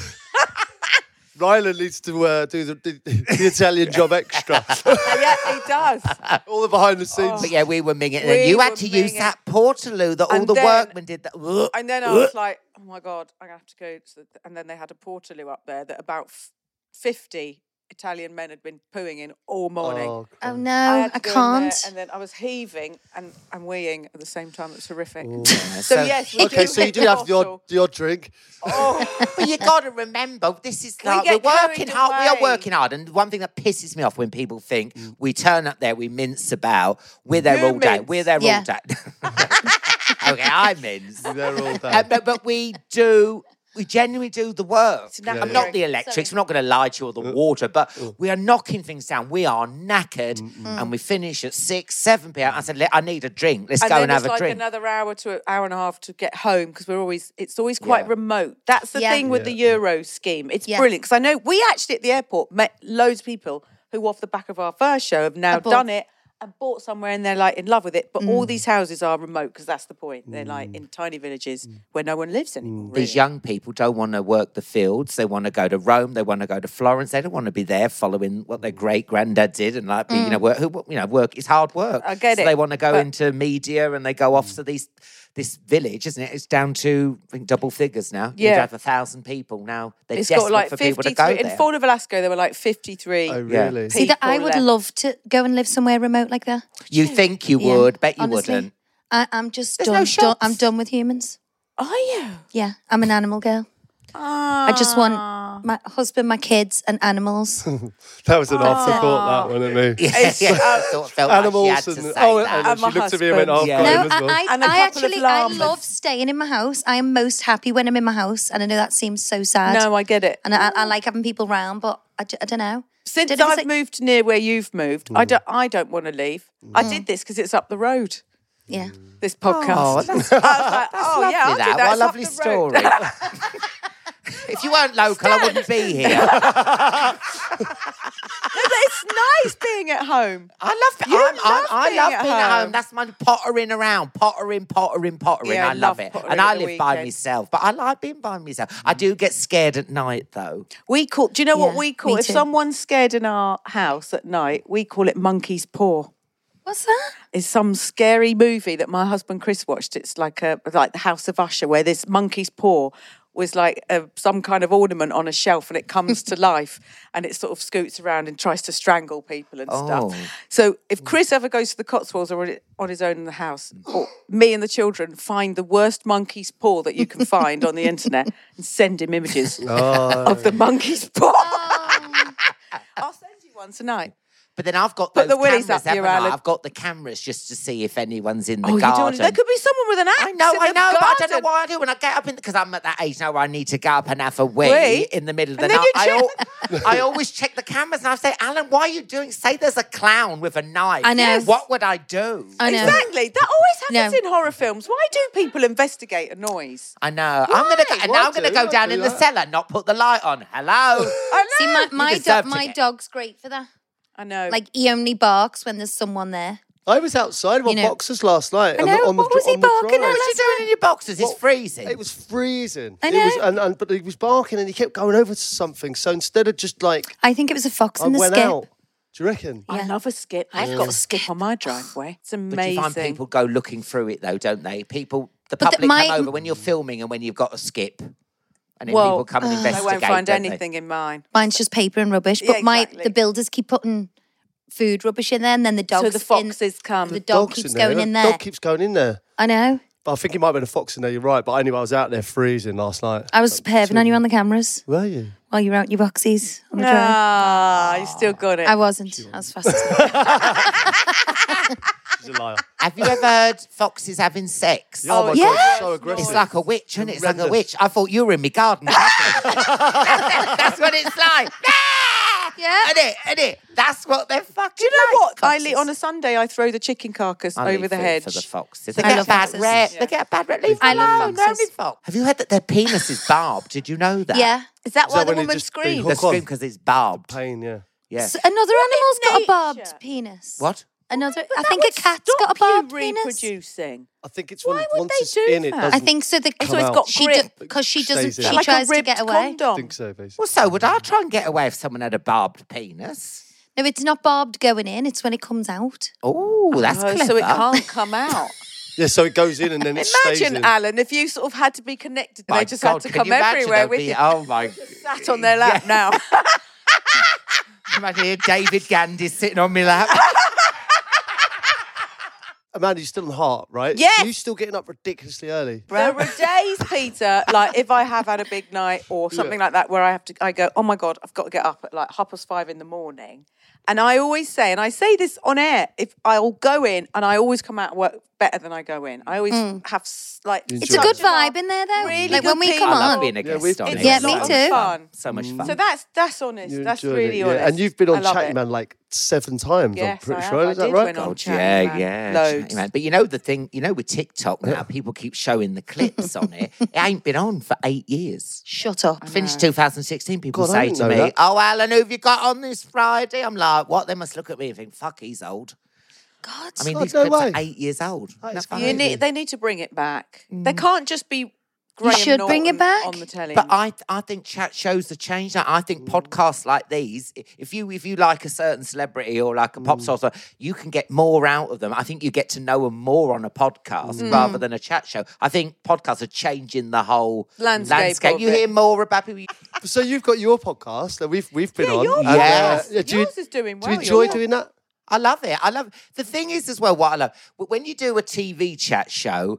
Speaker 1: Ryland needs to uh, do the, the, the Italian job extra.
Speaker 3: yeah, he does.
Speaker 1: All the behind the scenes.
Speaker 2: Oh. But yeah, we were minging, and then
Speaker 3: We
Speaker 2: you
Speaker 3: were
Speaker 2: had to use
Speaker 3: minging.
Speaker 2: that portaloo that all
Speaker 3: And
Speaker 2: the
Speaker 3: then-
Speaker 2: workmen did. That
Speaker 3: And then I was like, oh my God, I'm going to have to go. To the... And then they had a portaloo up there that about f- 50 Italian men had been pooing in all morning.
Speaker 1: Oh,
Speaker 4: Oh no,
Speaker 3: I,
Speaker 4: I,
Speaker 3: had to go in there,
Speaker 4: can't.
Speaker 3: and then I was heaving and, and weeing at the same time. It was horrific. So,
Speaker 2: So-
Speaker 3: yes, we
Speaker 1: okay, so you
Speaker 3: hit
Speaker 1: do
Speaker 3: the
Speaker 1: have your
Speaker 3: bottle.
Speaker 1: your drink.
Speaker 3: Oh,
Speaker 2: But you got to remember, this is
Speaker 3: We
Speaker 2: like we are
Speaker 3: get
Speaker 2: working
Speaker 3: carried
Speaker 2: hard.
Speaker 3: away.
Speaker 2: We are working hard, and one thing that pisses me off when people think
Speaker 1: Mm.
Speaker 2: we turn up there, we mince about, we're there
Speaker 3: You
Speaker 2: all day,
Speaker 3: mince.
Speaker 2: we're there
Speaker 4: Yeah.
Speaker 2: all day. okay, I mince, Uh,
Speaker 1: They're all there.
Speaker 2: but, but we do. We genuinely do the work.
Speaker 3: It's Yeah,
Speaker 2: I'm
Speaker 3: yeah.
Speaker 2: not the electrics. We're not going to lie to you or
Speaker 1: Uh,
Speaker 2: the water, but we are knocking things down. We are knackered, and we finish at six, seven p.m. I said, "Let- "I need a drink. Let's
Speaker 3: and
Speaker 2: go
Speaker 3: then
Speaker 2: and have
Speaker 3: it's
Speaker 2: a
Speaker 3: like
Speaker 2: drink."
Speaker 3: another hour to an hour and a half to get home because we're always it's always quite
Speaker 2: Yeah.
Speaker 3: remote. That's the
Speaker 4: Yeah.
Speaker 3: thing with the Euro scheme. It's
Speaker 4: Yeah.
Speaker 3: brilliant because I know we actually at the airport met loads of people who off the back of our first show have now
Speaker 4: bought-
Speaker 3: done it and bought somewhere and they're like in love with it. But
Speaker 2: Mm.
Speaker 3: all these houses are remote because that's the point. They're like in tiny villages where no one lives anymore.
Speaker 2: These young people don't want to work the fields. They want to go to Rome. They want to go to Florence. They don't want to be there following what their great granddad did and like be, you know work. Who, you know, work is hard work.
Speaker 3: Mm. I get
Speaker 2: so
Speaker 3: it,
Speaker 2: They want to go
Speaker 3: but-
Speaker 2: into media and they go off to these this village, isn't it? It's down to I think double figures now.
Speaker 3: Yeah.
Speaker 2: you have a thousand people now. They're
Speaker 3: It's
Speaker 2: desperate
Speaker 3: got like
Speaker 2: for people to go
Speaker 3: 53 in
Speaker 2: there.
Speaker 3: Fort of Velasco. There were like 53.
Speaker 1: Oh,
Speaker 2: Yeah.
Speaker 1: really?
Speaker 4: See that I
Speaker 3: people
Speaker 4: would
Speaker 3: left.
Speaker 4: love to go and live somewhere remote like that.
Speaker 2: you think you
Speaker 4: Yeah,
Speaker 2: would, bet you
Speaker 4: honestly.
Speaker 2: wouldn't.
Speaker 4: I, I'm just
Speaker 2: no
Speaker 4: done, done. I'm
Speaker 2: shops.
Speaker 4: done with humans.
Speaker 3: Are you?
Speaker 4: Yeah, I'm an animal girl. I just
Speaker 3: Ah.
Speaker 4: want my husband, my kids, and animals.
Speaker 1: That was an
Speaker 3: Ah.
Speaker 1: afterthought, that one at me.
Speaker 2: Yeah,
Speaker 3: uh,
Speaker 2: I sort of felt like she had
Speaker 1: Animals
Speaker 2: to
Speaker 1: and
Speaker 2: say
Speaker 1: oh,
Speaker 2: that.
Speaker 1: and
Speaker 3: And
Speaker 1: she
Speaker 3: my
Speaker 1: looked at me and went, "Oh,
Speaker 2: husband.
Speaker 1: God,
Speaker 2: Yeah.
Speaker 4: No,
Speaker 1: as
Speaker 4: I,
Speaker 1: well."
Speaker 4: I,
Speaker 3: And a couple
Speaker 4: I
Speaker 3: of
Speaker 4: actually I
Speaker 3: llamas.
Speaker 4: love staying in my house. I am most happy when I'm in my house, and I know that seems so sad.
Speaker 3: No, I get it.
Speaker 4: and I, I like having people round, but I, don't know.
Speaker 3: Since
Speaker 4: Did I
Speaker 3: I've
Speaker 4: say-
Speaker 3: moved to near where you've moved, I don't. I don't want to leave. I did this because it's up the road.
Speaker 4: Yeah,
Speaker 3: This podcast.
Speaker 2: Oh, that's,
Speaker 3: I was like, oh yeah, I'll
Speaker 2: lovely
Speaker 3: do
Speaker 2: that.
Speaker 3: that.
Speaker 2: What a
Speaker 3: It's up
Speaker 2: lovely
Speaker 3: the road.
Speaker 2: story. if you weren't local, I wouldn't be here.
Speaker 3: No, but it's nice being at home.
Speaker 2: I love.
Speaker 3: You
Speaker 2: I'm, I'm,
Speaker 3: love
Speaker 2: I
Speaker 3: being
Speaker 2: love
Speaker 3: at
Speaker 2: being at
Speaker 3: home.
Speaker 2: home. That's my pottering around, pottering, pottering, pottering.
Speaker 3: Yeah, I
Speaker 2: I love
Speaker 3: love
Speaker 2: it,
Speaker 3: pottering
Speaker 2: and I
Speaker 3: at the
Speaker 2: live by
Speaker 3: weekend. Mm.
Speaker 2: myself. But I like being by myself. I do get scared at night, though.
Speaker 3: We call. Do you know what
Speaker 4: Yeah,
Speaker 3: we call?
Speaker 4: me
Speaker 3: If
Speaker 4: too.
Speaker 3: someone's scared in our house at night, we call it monkey's paw.
Speaker 4: what's that?
Speaker 3: It's some scary movie that my husband Chris watched. It's like a like the House of Usher, where this monkey's paw was like a, some kind of ornament on a shelf, and it comes to life, and it sort of scoots around and tries to strangle people and
Speaker 2: Oh.
Speaker 3: stuff. So if Chris ever goes to the Cotswolds or on it- on his own in the house, or me and the children find the worst monkey's paw that you can find on the internet and send him images
Speaker 2: Oh.
Speaker 3: of the monkey's paw. I'll send you one tonight.
Speaker 2: But then I've got
Speaker 3: Put the
Speaker 2: those
Speaker 3: willies up
Speaker 2: cameras,
Speaker 3: your
Speaker 2: haven't I?
Speaker 3: island.
Speaker 2: I've got the cameras just to see if anyone's in the
Speaker 3: Oh, you don't.
Speaker 2: garden.
Speaker 3: There could be someone with an axe.
Speaker 2: I know,
Speaker 3: in
Speaker 2: I
Speaker 3: the
Speaker 2: know, but I don't
Speaker 3: garden.
Speaker 2: know why I do when I get up in because I'm at that age now where I need to get up and have a wee
Speaker 3: Wee?
Speaker 2: in the middle of the
Speaker 3: And then
Speaker 2: night.
Speaker 3: you
Speaker 2: I,
Speaker 3: check
Speaker 2: al- I always check the cameras and I say, Alan, why are you doing? Say there's a clown with a knife.
Speaker 4: I know. Yes.
Speaker 2: What would I do?
Speaker 4: I know.
Speaker 3: Exactly. That always happens
Speaker 4: No.
Speaker 3: in horror films. Why do people investigate a noise?
Speaker 2: I know. I'm gonna go, and
Speaker 1: Why
Speaker 2: now I'm gonna
Speaker 1: do?
Speaker 2: go
Speaker 1: Why
Speaker 2: down
Speaker 1: do
Speaker 2: in the
Speaker 1: that?
Speaker 2: cellar, not put the light on. Hello.
Speaker 3: I
Speaker 4: See,
Speaker 3: know.
Speaker 4: my my,
Speaker 2: deserve
Speaker 4: dog,
Speaker 2: to
Speaker 4: my
Speaker 2: get-
Speaker 4: dog's great for that.
Speaker 3: I know.
Speaker 4: Like he only barks when there's someone there.
Speaker 1: I was outside my
Speaker 4: You know.
Speaker 1: boxers last night. on
Speaker 4: I
Speaker 1: the-
Speaker 4: know,
Speaker 1: on the
Speaker 4: what
Speaker 1: dr-
Speaker 4: was he
Speaker 1: on the
Speaker 4: barking at
Speaker 1: drive.
Speaker 2: Oh, what are you doing in your boxes? It's freezing.
Speaker 1: It was freezing.
Speaker 4: I
Speaker 1: It was,
Speaker 4: know.
Speaker 1: and, and but he was barking and he kept going over to something. So instead of just like
Speaker 4: I think it was a fox
Speaker 1: I
Speaker 4: in the
Speaker 1: went
Speaker 4: skip.
Speaker 1: out. Do you reckon?
Speaker 3: I love a skip. I've got a skip on my driveway. It's
Speaker 2: but you
Speaker 3: amazing.
Speaker 2: find people go looking through it though, don't they? People The
Speaker 4: But the-
Speaker 2: public
Speaker 4: my-
Speaker 2: come over when you're filming and when you've got a skip, and then
Speaker 3: Well,
Speaker 2: people come and
Speaker 3: They
Speaker 2: investigate.
Speaker 3: won't find
Speaker 2: don't they?
Speaker 3: anything in mine.
Speaker 4: Mine's just paper and rubbish.
Speaker 3: Yeah,
Speaker 4: But my the
Speaker 3: exactly.
Speaker 4: builders keep putting food rubbish in there, and then the dogs.
Speaker 3: so the foxes come.
Speaker 4: In, the dog
Speaker 1: Dog's
Speaker 4: keeps
Speaker 1: there,
Speaker 4: going in
Speaker 1: the
Speaker 4: there.
Speaker 1: Dog keeps going in there.
Speaker 4: I know.
Speaker 1: But I think it might have been a fox in there. You're right. But anyway, I was out there freezing last night.
Speaker 4: I was perving on you on the cameras
Speaker 1: Were you?
Speaker 4: while you were out in your boxies on the drive.
Speaker 3: Ah, you still got it.
Speaker 4: I wasn't. I was fast asleep.
Speaker 1: She's a liar.
Speaker 2: Have you ever heard foxes having sex?
Speaker 1: Oh, my
Speaker 4: yeah.
Speaker 1: God, so aggressive.
Speaker 2: It's like a witch, and it's like a
Speaker 1: Horrendous.
Speaker 2: witch. I thought you were in my garden. That's what it's like.
Speaker 4: Yeah.
Speaker 2: And it, and it. That's what they're fucking.
Speaker 3: Do you know what? I
Speaker 2: Foxes.
Speaker 3: le- on a Sunday, I throw the chicken carcass
Speaker 2: I
Speaker 3: over
Speaker 2: leave
Speaker 3: the
Speaker 2: food
Speaker 3: hedge.
Speaker 2: for the foxes. They
Speaker 4: I
Speaker 2: get a
Speaker 4: love
Speaker 2: bad
Speaker 4: foxes.
Speaker 2: rep. They get a bad rep. Leave
Speaker 4: I
Speaker 2: them
Speaker 4: love
Speaker 2: alone. They're
Speaker 4: foxes.
Speaker 2: only fox. Have you heard that their penis is barbed? Did you know that?
Speaker 4: yeah. Is
Speaker 1: Is that when it just they
Speaker 3: Oh,
Speaker 2: They
Speaker 1: hook on?
Speaker 2: scream because it's barbed.
Speaker 1: Pain, yeah.
Speaker 2: Yeah.
Speaker 4: another animal's got a
Speaker 3: nature.
Speaker 4: barbed penis.
Speaker 2: What?
Speaker 4: Another.
Speaker 3: But
Speaker 4: I
Speaker 3: that
Speaker 4: think a
Speaker 3: would
Speaker 4: cat's got a
Speaker 3: stop you
Speaker 4: barbed penis.
Speaker 3: reproducing.
Speaker 1: I think it's when,
Speaker 3: would
Speaker 1: once
Speaker 3: they
Speaker 1: it's
Speaker 3: do
Speaker 1: in, it
Speaker 3: that?
Speaker 1: doesn't.
Speaker 4: I think so. That
Speaker 3: It's always
Speaker 1: out.
Speaker 3: got
Speaker 4: she
Speaker 3: grip.
Speaker 4: because she
Speaker 1: Stays
Speaker 4: doesn't.
Speaker 1: in.
Speaker 4: She
Speaker 1: Like
Speaker 3: a
Speaker 4: tries to
Speaker 3: ribbed
Speaker 4: get away.
Speaker 3: condom.
Speaker 1: I think so, basically.
Speaker 2: Well, so would I try and get away if someone had a barbed penis?
Speaker 4: No, it's not barbed going in. It's when it comes out.
Speaker 2: Oh, that's
Speaker 3: Oh,
Speaker 2: clever.
Speaker 3: so it can't come out.
Speaker 1: Yeah, so it goes in and then it stays in.
Speaker 3: Imagine, Alan, if you sort of had to be connected and
Speaker 2: My
Speaker 3: they just
Speaker 2: God,
Speaker 3: had to
Speaker 2: can
Speaker 3: come
Speaker 2: you imagine
Speaker 3: everywhere
Speaker 2: there'd
Speaker 3: with
Speaker 2: be-
Speaker 3: you.
Speaker 2: Oh my!
Speaker 3: Sat on their lap now.
Speaker 2: Imagine David Gandy sitting on my lap.
Speaker 1: Amanda, you're still on heart, right?
Speaker 3: Yes.
Speaker 1: You're still getting up ridiculously early.
Speaker 3: there were days, Peter, like if I have had a big night or something like that, where I have to, I go, oh my god, I've got to get up at like half past five in the morning, and I always say, and I say this on air, if I'll go in, and I always come out of work better than I go in. I always have s- like
Speaker 4: Mm. It's a
Speaker 1: Enjoy it.
Speaker 4: good
Speaker 3: such an-
Speaker 4: vibe in there, though.
Speaker 3: Really
Speaker 4: like when
Speaker 3: good
Speaker 4: we
Speaker 3: people.
Speaker 4: come
Speaker 2: I
Speaker 3: on.
Speaker 2: love being a
Speaker 1: Yeah,
Speaker 2: guest
Speaker 1: we've
Speaker 2: on
Speaker 1: been
Speaker 2: it.
Speaker 4: Yeah,
Speaker 2: It's
Speaker 4: me
Speaker 2: so much
Speaker 4: too.
Speaker 2: fun. So much fun.
Speaker 3: Mm. So that's that's honest.
Speaker 1: You
Speaker 3: that's
Speaker 1: enjoyed
Speaker 3: really
Speaker 1: it,
Speaker 3: honest.
Speaker 1: Yeah. And you've been
Speaker 3: I
Speaker 1: on
Speaker 3: love
Speaker 1: Chatty
Speaker 3: it.
Speaker 1: Man like seven times,
Speaker 3: Yes,
Speaker 1: I'm pretty
Speaker 3: I
Speaker 1: sure.
Speaker 3: have.
Speaker 1: Is
Speaker 3: I
Speaker 1: that
Speaker 3: did
Speaker 1: right?
Speaker 3: when I
Speaker 2: Oh,
Speaker 3: was
Speaker 2: yeah,
Speaker 3: Chatty Man.
Speaker 2: yeah.
Speaker 3: Loads.
Speaker 2: Chatty Man. But you know the thing, you know with TikTok now, people keep showing the clips on it. It ain't been on for eight years.
Speaker 4: Shut up.
Speaker 2: Finished 2016, people
Speaker 1: God, I
Speaker 2: say
Speaker 1: didn't
Speaker 2: to
Speaker 1: know
Speaker 2: me,
Speaker 1: that.
Speaker 2: Oh, Alan, who've you got on this Friday? I'm like, What? They must look at me and think, Fuck, he's old.
Speaker 4: God.
Speaker 2: I mean,
Speaker 1: God,
Speaker 2: these
Speaker 1: no
Speaker 2: clips
Speaker 1: way.
Speaker 2: are eight years old. Isn't
Speaker 1: is
Speaker 2: that funny?
Speaker 3: You need, they need to bring it back. They
Speaker 2: Mm.
Speaker 3: can't just be. Graham
Speaker 4: should bring it
Speaker 3: Norton
Speaker 4: back.
Speaker 3: on the telly.
Speaker 2: But I, I think chat shows have changed. now. I think
Speaker 3: Mm.
Speaker 2: podcasts like these, i- if you if you like a certain celebrity or like a
Speaker 3: Mm.
Speaker 2: pop star, so you can get more out of them. I think you get to know them more on a podcast
Speaker 3: Mm.
Speaker 2: rather than a chat show. I think podcasts are changing the whole
Speaker 3: Landscape of
Speaker 2: You
Speaker 3: it.
Speaker 2: hear more about people. you-
Speaker 1: So you've got your podcast that we've we've been
Speaker 3: Yeah,
Speaker 1: on.
Speaker 3: yours-
Speaker 1: and, uh,
Speaker 2: Yes.
Speaker 1: yeah, do you-
Speaker 3: Yours is doing
Speaker 1: Do
Speaker 3: well,
Speaker 1: you enjoy
Speaker 3: yours.
Speaker 1: doing that?
Speaker 2: I love it. I love the thing is as well. What I love w- when you do a TV chat show,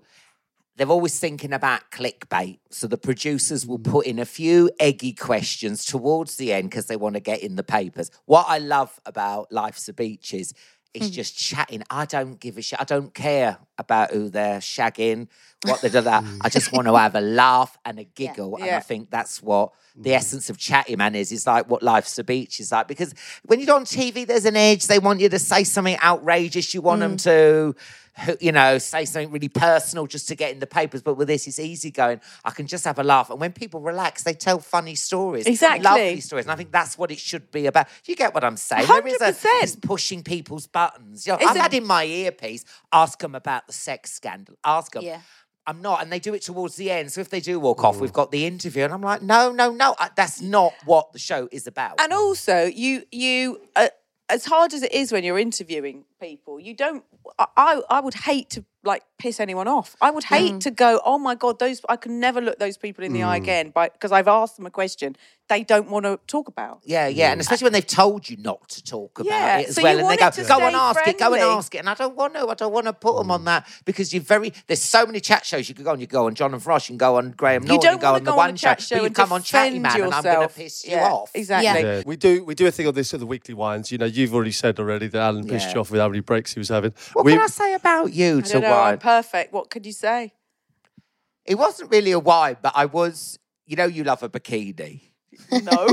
Speaker 2: they're always thinking about clickbait. So the producers will
Speaker 3: Mm-hmm.
Speaker 2: put in a few eggy questions towards the end because they want to get in the papers. What I love about Life's a Beach is
Speaker 3: Hmm.
Speaker 2: it's just chatting. I don't give a shit. I don't care about who they're shagging, what they do that. I just want to have a laugh and a giggle. And
Speaker 3: Yeah. Mm-hmm.
Speaker 2: I think that's what the essence of chatty man is. It's like what Life's a Beach is like. Because when you're on TV, there's an edge. They want you to say something outrageous. You want them
Speaker 3: Mm.
Speaker 2: to who- you know, say something really personal just to get in the papers. But with this, it's easy going. I can just have a laugh. And when people relax, they tell funny stories.
Speaker 3: Exactly.
Speaker 2: Lovely stories. And I think that's what it should be about. You get what I'm saying? There is a
Speaker 3: 100%.
Speaker 2: it's pushing people's buttons. You know,
Speaker 3: It's
Speaker 2: I've
Speaker 3: a-
Speaker 2: had in my earpiece, ask them about the sex scandal. Ask them.
Speaker 4: Yeah.
Speaker 2: I'm not, and they do it towards the end. So if they do walk off, we've got the interview, and I'm like, no, no, no, I- that's not what the show is about.
Speaker 3: and also you you uh, as hard as it is when you're interviewing people you don't I- i i would hate to like piss anyone off i would hate
Speaker 2: Mm.
Speaker 3: to go oh my god those i can never look those people in the eye again because i've asked them a question they don't want to talk about
Speaker 2: Yeah, yeah, and especially when they've told you not to talk about
Speaker 3: Yeah,
Speaker 2: it as
Speaker 3: so you
Speaker 2: well, and they
Speaker 3: want
Speaker 2: go,
Speaker 3: it to
Speaker 2: "Go
Speaker 3: stay
Speaker 2: and ask it, go and
Speaker 3: friendly. Mm.
Speaker 2: ask it," and I don't want to, I don't want to put them on that because you're very. There's so many chat shows you could go on. You go on John and Frost, you can go on Graham Norton,
Speaker 3: don't
Speaker 2: you go
Speaker 3: wanna
Speaker 2: on the
Speaker 3: go on
Speaker 2: one
Speaker 3: a chat
Speaker 2: but
Speaker 3: show
Speaker 2: you
Speaker 3: and
Speaker 2: come on Chatty
Speaker 3: defend
Speaker 2: Man, and I'm going to
Speaker 3: yourself.
Speaker 2: piss you
Speaker 3: Yeah,
Speaker 2: off.
Speaker 3: exactly
Speaker 1: Yeah, we do we do a thing on this at the weekly wines. You know, you've already said already that Alan pissed
Speaker 2: Yeah.
Speaker 1: you off with how many breaks he was having.
Speaker 2: What
Speaker 1: we,
Speaker 2: can I say about you
Speaker 3: I
Speaker 2: to
Speaker 3: don't know, I'm
Speaker 2: wine?
Speaker 3: perfect. What could you say?
Speaker 2: It wasn't really a wine, but I was. You know, you love a bikini.
Speaker 3: No.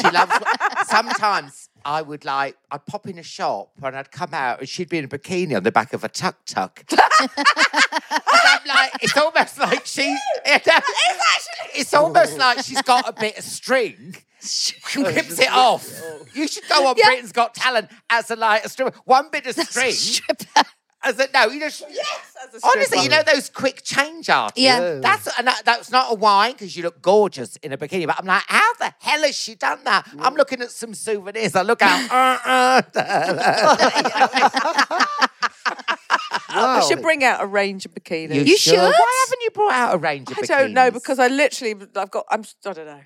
Speaker 2: She loves. Sometimes I would like, I'd pop in a shop and I'd come out and she'd be in a bikini on the back of a tuk tuk. and I'm like, it's almost like she's. it's almost like she's got a bit of string. She
Speaker 4: Oh,
Speaker 2: whips it off. You should go on Britain's Got Talent as a like a stripper. One bit of string. As a no, you know. Yes,
Speaker 3: as a
Speaker 2: honestly,
Speaker 3: stripper.
Speaker 2: you know those quick change artists.
Speaker 4: Yeah. Yeah.
Speaker 2: That's and that, that's not a wine because you look gorgeous in a bikini. But I'm like, how the hell has she done that? I'm looking at some souvenirs. I look out. uh, uh,
Speaker 1: wow,
Speaker 2: wow.
Speaker 3: I should bring out a range of bikinis.
Speaker 4: You should.
Speaker 2: Why haven't you brought out a range of
Speaker 3: I don't know
Speaker 2: bikinis?
Speaker 3: because I literally, I've got, I'm, I don't know.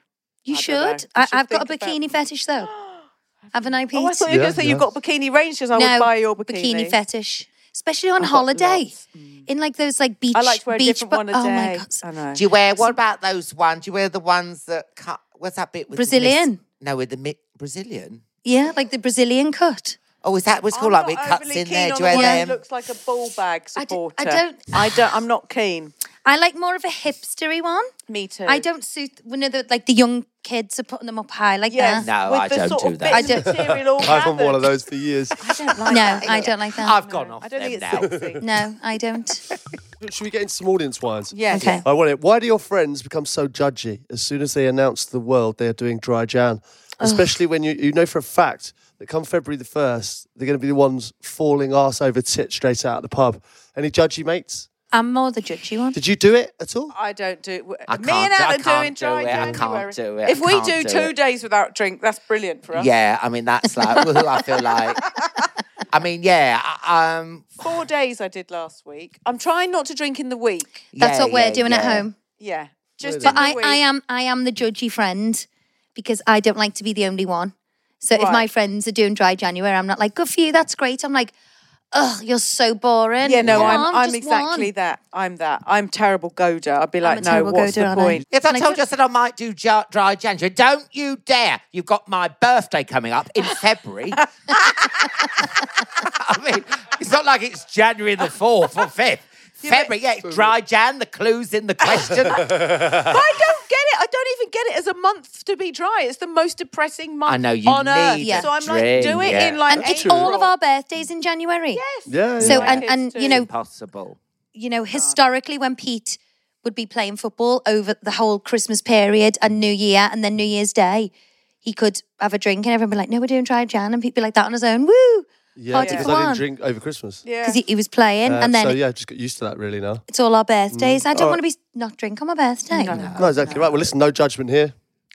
Speaker 4: You
Speaker 3: I don't know.
Speaker 4: should.
Speaker 3: I
Speaker 4: I
Speaker 3: should
Speaker 4: I've got a
Speaker 3: think about-
Speaker 4: bikini fetish though. Haven't I, Pete?
Speaker 3: Oh, I thought you were
Speaker 1: Yeah,
Speaker 3: going to say you've
Speaker 1: yeah.
Speaker 3: got bikini ranges. I would buy your bikini.
Speaker 4: fetish, especially on holiday, in like those like beach.
Speaker 3: Mm. I like to wear a
Speaker 4: beach
Speaker 3: different
Speaker 4: bu-
Speaker 3: one a day.
Speaker 4: Oh my god!
Speaker 3: I know.
Speaker 2: Do you wear? What about those ones? Do you wear the ones that cut? What's that bit with the
Speaker 4: Brazilian.
Speaker 2: mist- no, with the mi- Brazilian.
Speaker 4: Yeah, like the Brazilian cut.
Speaker 2: Oh, is that what's
Speaker 3: I'm
Speaker 2: called? Like
Speaker 3: not
Speaker 2: it cuts
Speaker 3: overly
Speaker 2: in
Speaker 3: keen
Speaker 2: there.
Speaker 3: on
Speaker 2: Do you
Speaker 3: the one
Speaker 2: wear
Speaker 3: that
Speaker 2: them?
Speaker 3: looks like a ball bag
Speaker 4: I d- I
Speaker 3: supporter.
Speaker 4: don't-
Speaker 3: I don't. I'm not keen.
Speaker 4: I like more of a hipstery one.
Speaker 3: Me too.
Speaker 4: I don't suit one of the like the young kids are putting them up high like
Speaker 3: Yes,
Speaker 4: that.
Speaker 2: No,
Speaker 3: with
Speaker 2: I
Speaker 3: the
Speaker 2: don't
Speaker 3: sort
Speaker 2: do
Speaker 3: of
Speaker 2: that.
Speaker 3: bits of
Speaker 4: I
Speaker 3: material all
Speaker 1: I haven't worn one of
Speaker 3: gathered.
Speaker 1: those for years.
Speaker 4: No, I don't like that.
Speaker 2: I've gone off
Speaker 3: I don't
Speaker 2: them
Speaker 3: think it's
Speaker 2: now.
Speaker 3: sexy.
Speaker 4: No, I don't.
Speaker 1: Should we get into some audience wines?
Speaker 3: Yes.
Speaker 4: Okay.
Speaker 1: I want it. Why do your friends become so judgy as soon as they announce to the world they are doing dry Jan? Especially when you, you know for a fact that come February the 1st, they're going to be the ones falling arse over tit straight out of the pub. Any judgy mates?
Speaker 4: I'm more the judgy one.
Speaker 1: Did you do it at all?
Speaker 3: I don't do.
Speaker 2: I
Speaker 3: me and
Speaker 2: can't do- I
Speaker 3: Alan
Speaker 2: can't
Speaker 3: doing
Speaker 2: do
Speaker 3: dry
Speaker 2: it, I can't
Speaker 3: January.
Speaker 2: do it, I
Speaker 3: If we
Speaker 2: can't
Speaker 3: do
Speaker 2: do
Speaker 3: two
Speaker 2: it.
Speaker 3: days without drink, that's brilliant for us.
Speaker 2: Yeah, I mean that's like woohoo. I feel like. I mean, yeah. I- Um,
Speaker 3: Four days I did last week. I'm trying not to drink in the week.
Speaker 4: That's
Speaker 2: yeah,
Speaker 4: what we're
Speaker 2: yeah,
Speaker 4: doing at
Speaker 2: yeah.
Speaker 4: home.
Speaker 3: Yeah. Just in
Speaker 4: But
Speaker 3: the
Speaker 4: I,
Speaker 3: week.
Speaker 4: I am I am the judgy friend because I don't like to be the only one. So if my
Speaker 3: Right.
Speaker 4: friends are doing dry January, I'm not like, good for you, that's great. I'm like, ugh, you're so boring.
Speaker 3: Yeah, no,
Speaker 4: Come
Speaker 3: I'm,
Speaker 4: on,
Speaker 3: I'm
Speaker 4: just
Speaker 3: exactly
Speaker 4: one."
Speaker 3: that. I'm that. I'm terrible goader. I'd be like,
Speaker 4: a
Speaker 3: no,
Speaker 4: terrible
Speaker 3: what's
Speaker 4: goader,
Speaker 3: the
Speaker 4: aren't I?
Speaker 3: point?
Speaker 2: If I
Speaker 4: Like,
Speaker 2: told you I
Speaker 4: what-
Speaker 2: said I might do jar- dry January, don't you dare! You've got my birthday coming up in February. I mean, it's not like it's January the fourth or fifth. February, yeah, dry Jan. The clues in the question.
Speaker 3: But I don't get it. I don't even get it as a month to be dry. It's the most depressing month
Speaker 2: I know, you
Speaker 3: on earth.
Speaker 2: need
Speaker 4: a
Speaker 3: So I'm like, do
Speaker 2: drink,
Speaker 3: it
Speaker 2: yeah.
Speaker 3: in like
Speaker 4: And it's
Speaker 3: April.
Speaker 4: all of our birthdays in January.
Speaker 3: Yes.
Speaker 1: Yeah,
Speaker 4: So
Speaker 1: yeah.
Speaker 4: and,
Speaker 3: Mine
Speaker 4: and
Speaker 3: is
Speaker 4: you know,
Speaker 2: Impossible.
Speaker 4: you know, historically when Pete would be playing football over the whole Christmas period and New Year and then New Year's Day, he could have a drink and everyone would be like, No, we're doing dry Jan and Pete would be like that on his own. Woo!
Speaker 1: yeah,
Speaker 4: party
Speaker 1: because
Speaker 4: for
Speaker 1: I
Speaker 4: one.
Speaker 1: didn't drink over Christmas.
Speaker 3: Yeah.
Speaker 4: Because he, he was playing
Speaker 1: Uh,
Speaker 4: and then
Speaker 1: so yeah, Mm. I just got used to that really now.
Speaker 4: It's all our birthdays. I don't want to be not drink on my birthday.
Speaker 1: No, exactly right. Well, listen, no judgment here.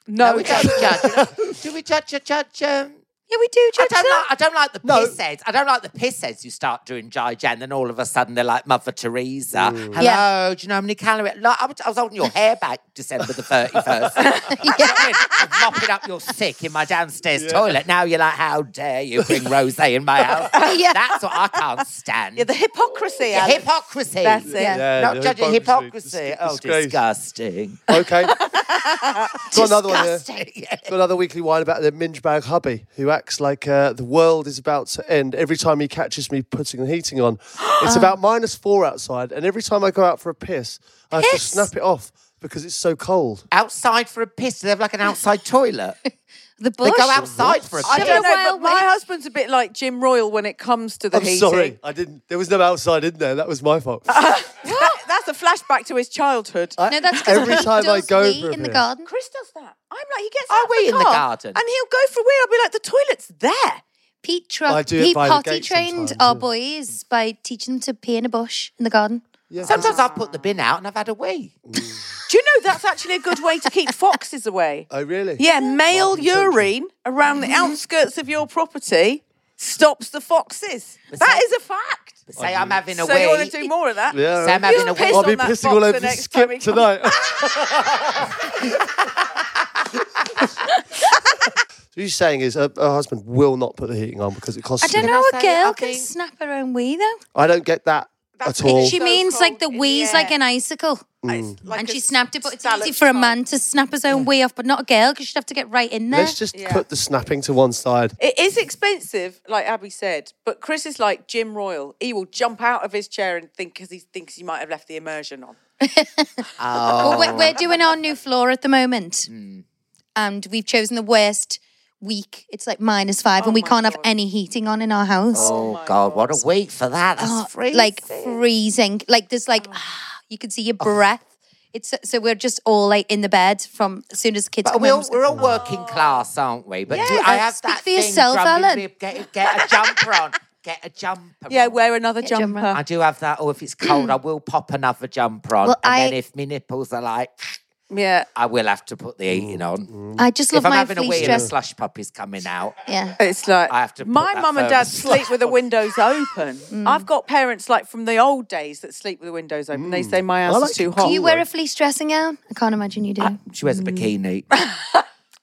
Speaker 2: No, we don't judge. We don't- Do we judge? Judge? judge um,
Speaker 4: Yeah, we do
Speaker 2: I
Speaker 4: judge
Speaker 2: don't, like,
Speaker 4: that.
Speaker 2: I don't like the
Speaker 1: No.
Speaker 2: piss heads. I don't like the piss heads you start doing Jai Jan, then all of a sudden they're like Mother Teresa. Hello,
Speaker 4: Yeah.
Speaker 2: do you know how many calories? Like, I, was, I was holding your hair back December the 31st. You know what I mean? I was mopping up your sick in my downstairs toilet. Now you're like, how dare you bring rose in my house?
Speaker 4: Yeah.
Speaker 2: That's what I can't stand.
Speaker 3: Yeah, the hypocrisy.
Speaker 2: The
Speaker 3: Alan.
Speaker 2: hypocrisy.
Speaker 3: That's it.
Speaker 4: Yeah.
Speaker 2: Not
Speaker 1: the
Speaker 2: judging hypocrisy.
Speaker 1: Dis-
Speaker 2: Oh,
Speaker 1: disgrace.
Speaker 2: disgusting.
Speaker 1: Okay. got another one here.
Speaker 2: Yeah.
Speaker 1: Got another weekly wine about the minge bag hubby who acts like uh, the world is about to end every time he catches me putting the heating on. It's about minus four outside, and every time I go out for a piss, I have to
Speaker 4: Piss?
Speaker 1: snap it off because it's so cold.
Speaker 2: Outside for a piss. They have like an outside toilet. They
Speaker 4: The bush.
Speaker 2: go outside for a piss.
Speaker 3: I don't know,
Speaker 4: Well,
Speaker 3: but my
Speaker 4: wait.
Speaker 3: husband's a bit like Jim Royal when it comes to the
Speaker 1: I'm
Speaker 3: heating.
Speaker 1: sorry, I didn't. There was no outside in there. That was my fault.
Speaker 3: That- that's a flashback to his childhood.
Speaker 4: No, that's 'cause
Speaker 1: every
Speaker 4: Pete
Speaker 1: time I
Speaker 4: does
Speaker 1: go
Speaker 4: wee
Speaker 1: for a
Speaker 4: in the
Speaker 1: piss.
Speaker 4: garden.
Speaker 3: Chris does that. I'm like, he gets
Speaker 2: Are
Speaker 3: out
Speaker 2: we
Speaker 3: the
Speaker 2: in the
Speaker 3: car
Speaker 2: garden?
Speaker 3: and he'll go for a wee. I'll be like, the toilet's there.
Speaker 4: Pete tra-
Speaker 1: I do it
Speaker 4: he
Speaker 1: by the
Speaker 4: potty
Speaker 1: gate
Speaker 4: trained
Speaker 1: sometimes,
Speaker 4: our
Speaker 1: yeah.
Speaker 4: boys by teaching them to pee in a bush in the garden.
Speaker 2: Sometimes I've put the bin out and I've had a wee.
Speaker 3: Do you know that's actually a good way to keep foxes away?
Speaker 1: oh really?
Speaker 3: Yeah, male urine around the outskirts of your property stops the foxes. That is a fact.
Speaker 2: Say I'm having a
Speaker 3: So
Speaker 2: wee.
Speaker 3: you want to do more of that?
Speaker 1: Yeah.
Speaker 2: Say I'm having a
Speaker 3: You'll piss
Speaker 2: wee.
Speaker 1: I'll be
Speaker 3: on that
Speaker 1: pissing
Speaker 3: box
Speaker 1: all
Speaker 3: the
Speaker 1: over the
Speaker 3: next time
Speaker 1: skip
Speaker 3: he comes.
Speaker 1: tonight. So you're saying is her, her husband will not put the heating on because it costs.
Speaker 4: I don't
Speaker 1: him-
Speaker 4: know.
Speaker 2: I
Speaker 4: A
Speaker 2: say, I
Speaker 4: girl can
Speaker 2: think-
Speaker 4: snap her own wee though.
Speaker 1: I don't get that
Speaker 3: That's
Speaker 1: at all.
Speaker 3: it.
Speaker 4: She
Speaker 3: So
Speaker 4: means like the
Speaker 3: cold in the
Speaker 4: wee's like
Speaker 3: air.
Speaker 4: an icicle.
Speaker 3: It's like
Speaker 4: and
Speaker 3: a
Speaker 4: she snapped it, but it's
Speaker 3: salad
Speaker 4: easy for a
Speaker 3: salt.
Speaker 4: man to snap his own wee off, but not a girl because she'd have to get right in there.
Speaker 1: Let's just put the snapping to one side.
Speaker 3: It is expensive, like Abby said, but Chris is like Jim Royal. He will jump out of his chair and think because he thinks he might have left the immersion on.
Speaker 4: Well, we're, we're doing our new floor at the moment, and we've chosen the worst week. It's like minus five,
Speaker 3: Oh
Speaker 4: and we can't have any heating on in our house.
Speaker 2: Oh, God, what a week for that. That's freezing.
Speaker 4: Uh, Like freezing. Like there's like
Speaker 3: Oh.
Speaker 4: you can see your breath. It's so, so we're just all like in the bed from as soon as the kids
Speaker 2: But
Speaker 4: come
Speaker 2: we're,
Speaker 4: home.
Speaker 2: all- we're all working class, aren't we? But do
Speaker 3: Yeah,
Speaker 2: I have
Speaker 4: speak
Speaker 2: that
Speaker 4: for
Speaker 2: thing
Speaker 4: yourself,
Speaker 2: grumbling
Speaker 4: Alan.
Speaker 2: bit, Get, get a jumper on. Get a jumper
Speaker 3: Yeah,
Speaker 2: on.
Speaker 3: wear another jumper.
Speaker 4: jumper.
Speaker 2: I do have that. Or if it's cold, I will pop another jumper on.
Speaker 4: Well,
Speaker 2: and then
Speaker 4: I-
Speaker 2: if my nipples are like,
Speaker 3: Yeah.
Speaker 2: I will have to put the eating
Speaker 3: Mm,
Speaker 2: on.
Speaker 4: I just love
Speaker 2: if I'm
Speaker 4: my
Speaker 2: having a
Speaker 4: fleece
Speaker 2: wee and a
Speaker 4: dress.
Speaker 2: slush puppy's coming out.
Speaker 4: Yeah.
Speaker 3: It's like
Speaker 2: I have to put
Speaker 3: my
Speaker 2: that
Speaker 3: mum and
Speaker 2: further
Speaker 3: dad
Speaker 2: slide
Speaker 3: sleep with the windows open.
Speaker 4: Mm.
Speaker 3: I've got parents like from the old days that sleep with the windows open. They say
Speaker 4: Mm.
Speaker 3: my house
Speaker 1: like
Speaker 3: is too
Speaker 1: it
Speaker 3: hot.
Speaker 4: Do you wear a fleece dressing gown? I can't imagine you do.
Speaker 2: She
Speaker 3: Mm.
Speaker 2: wears a bikini.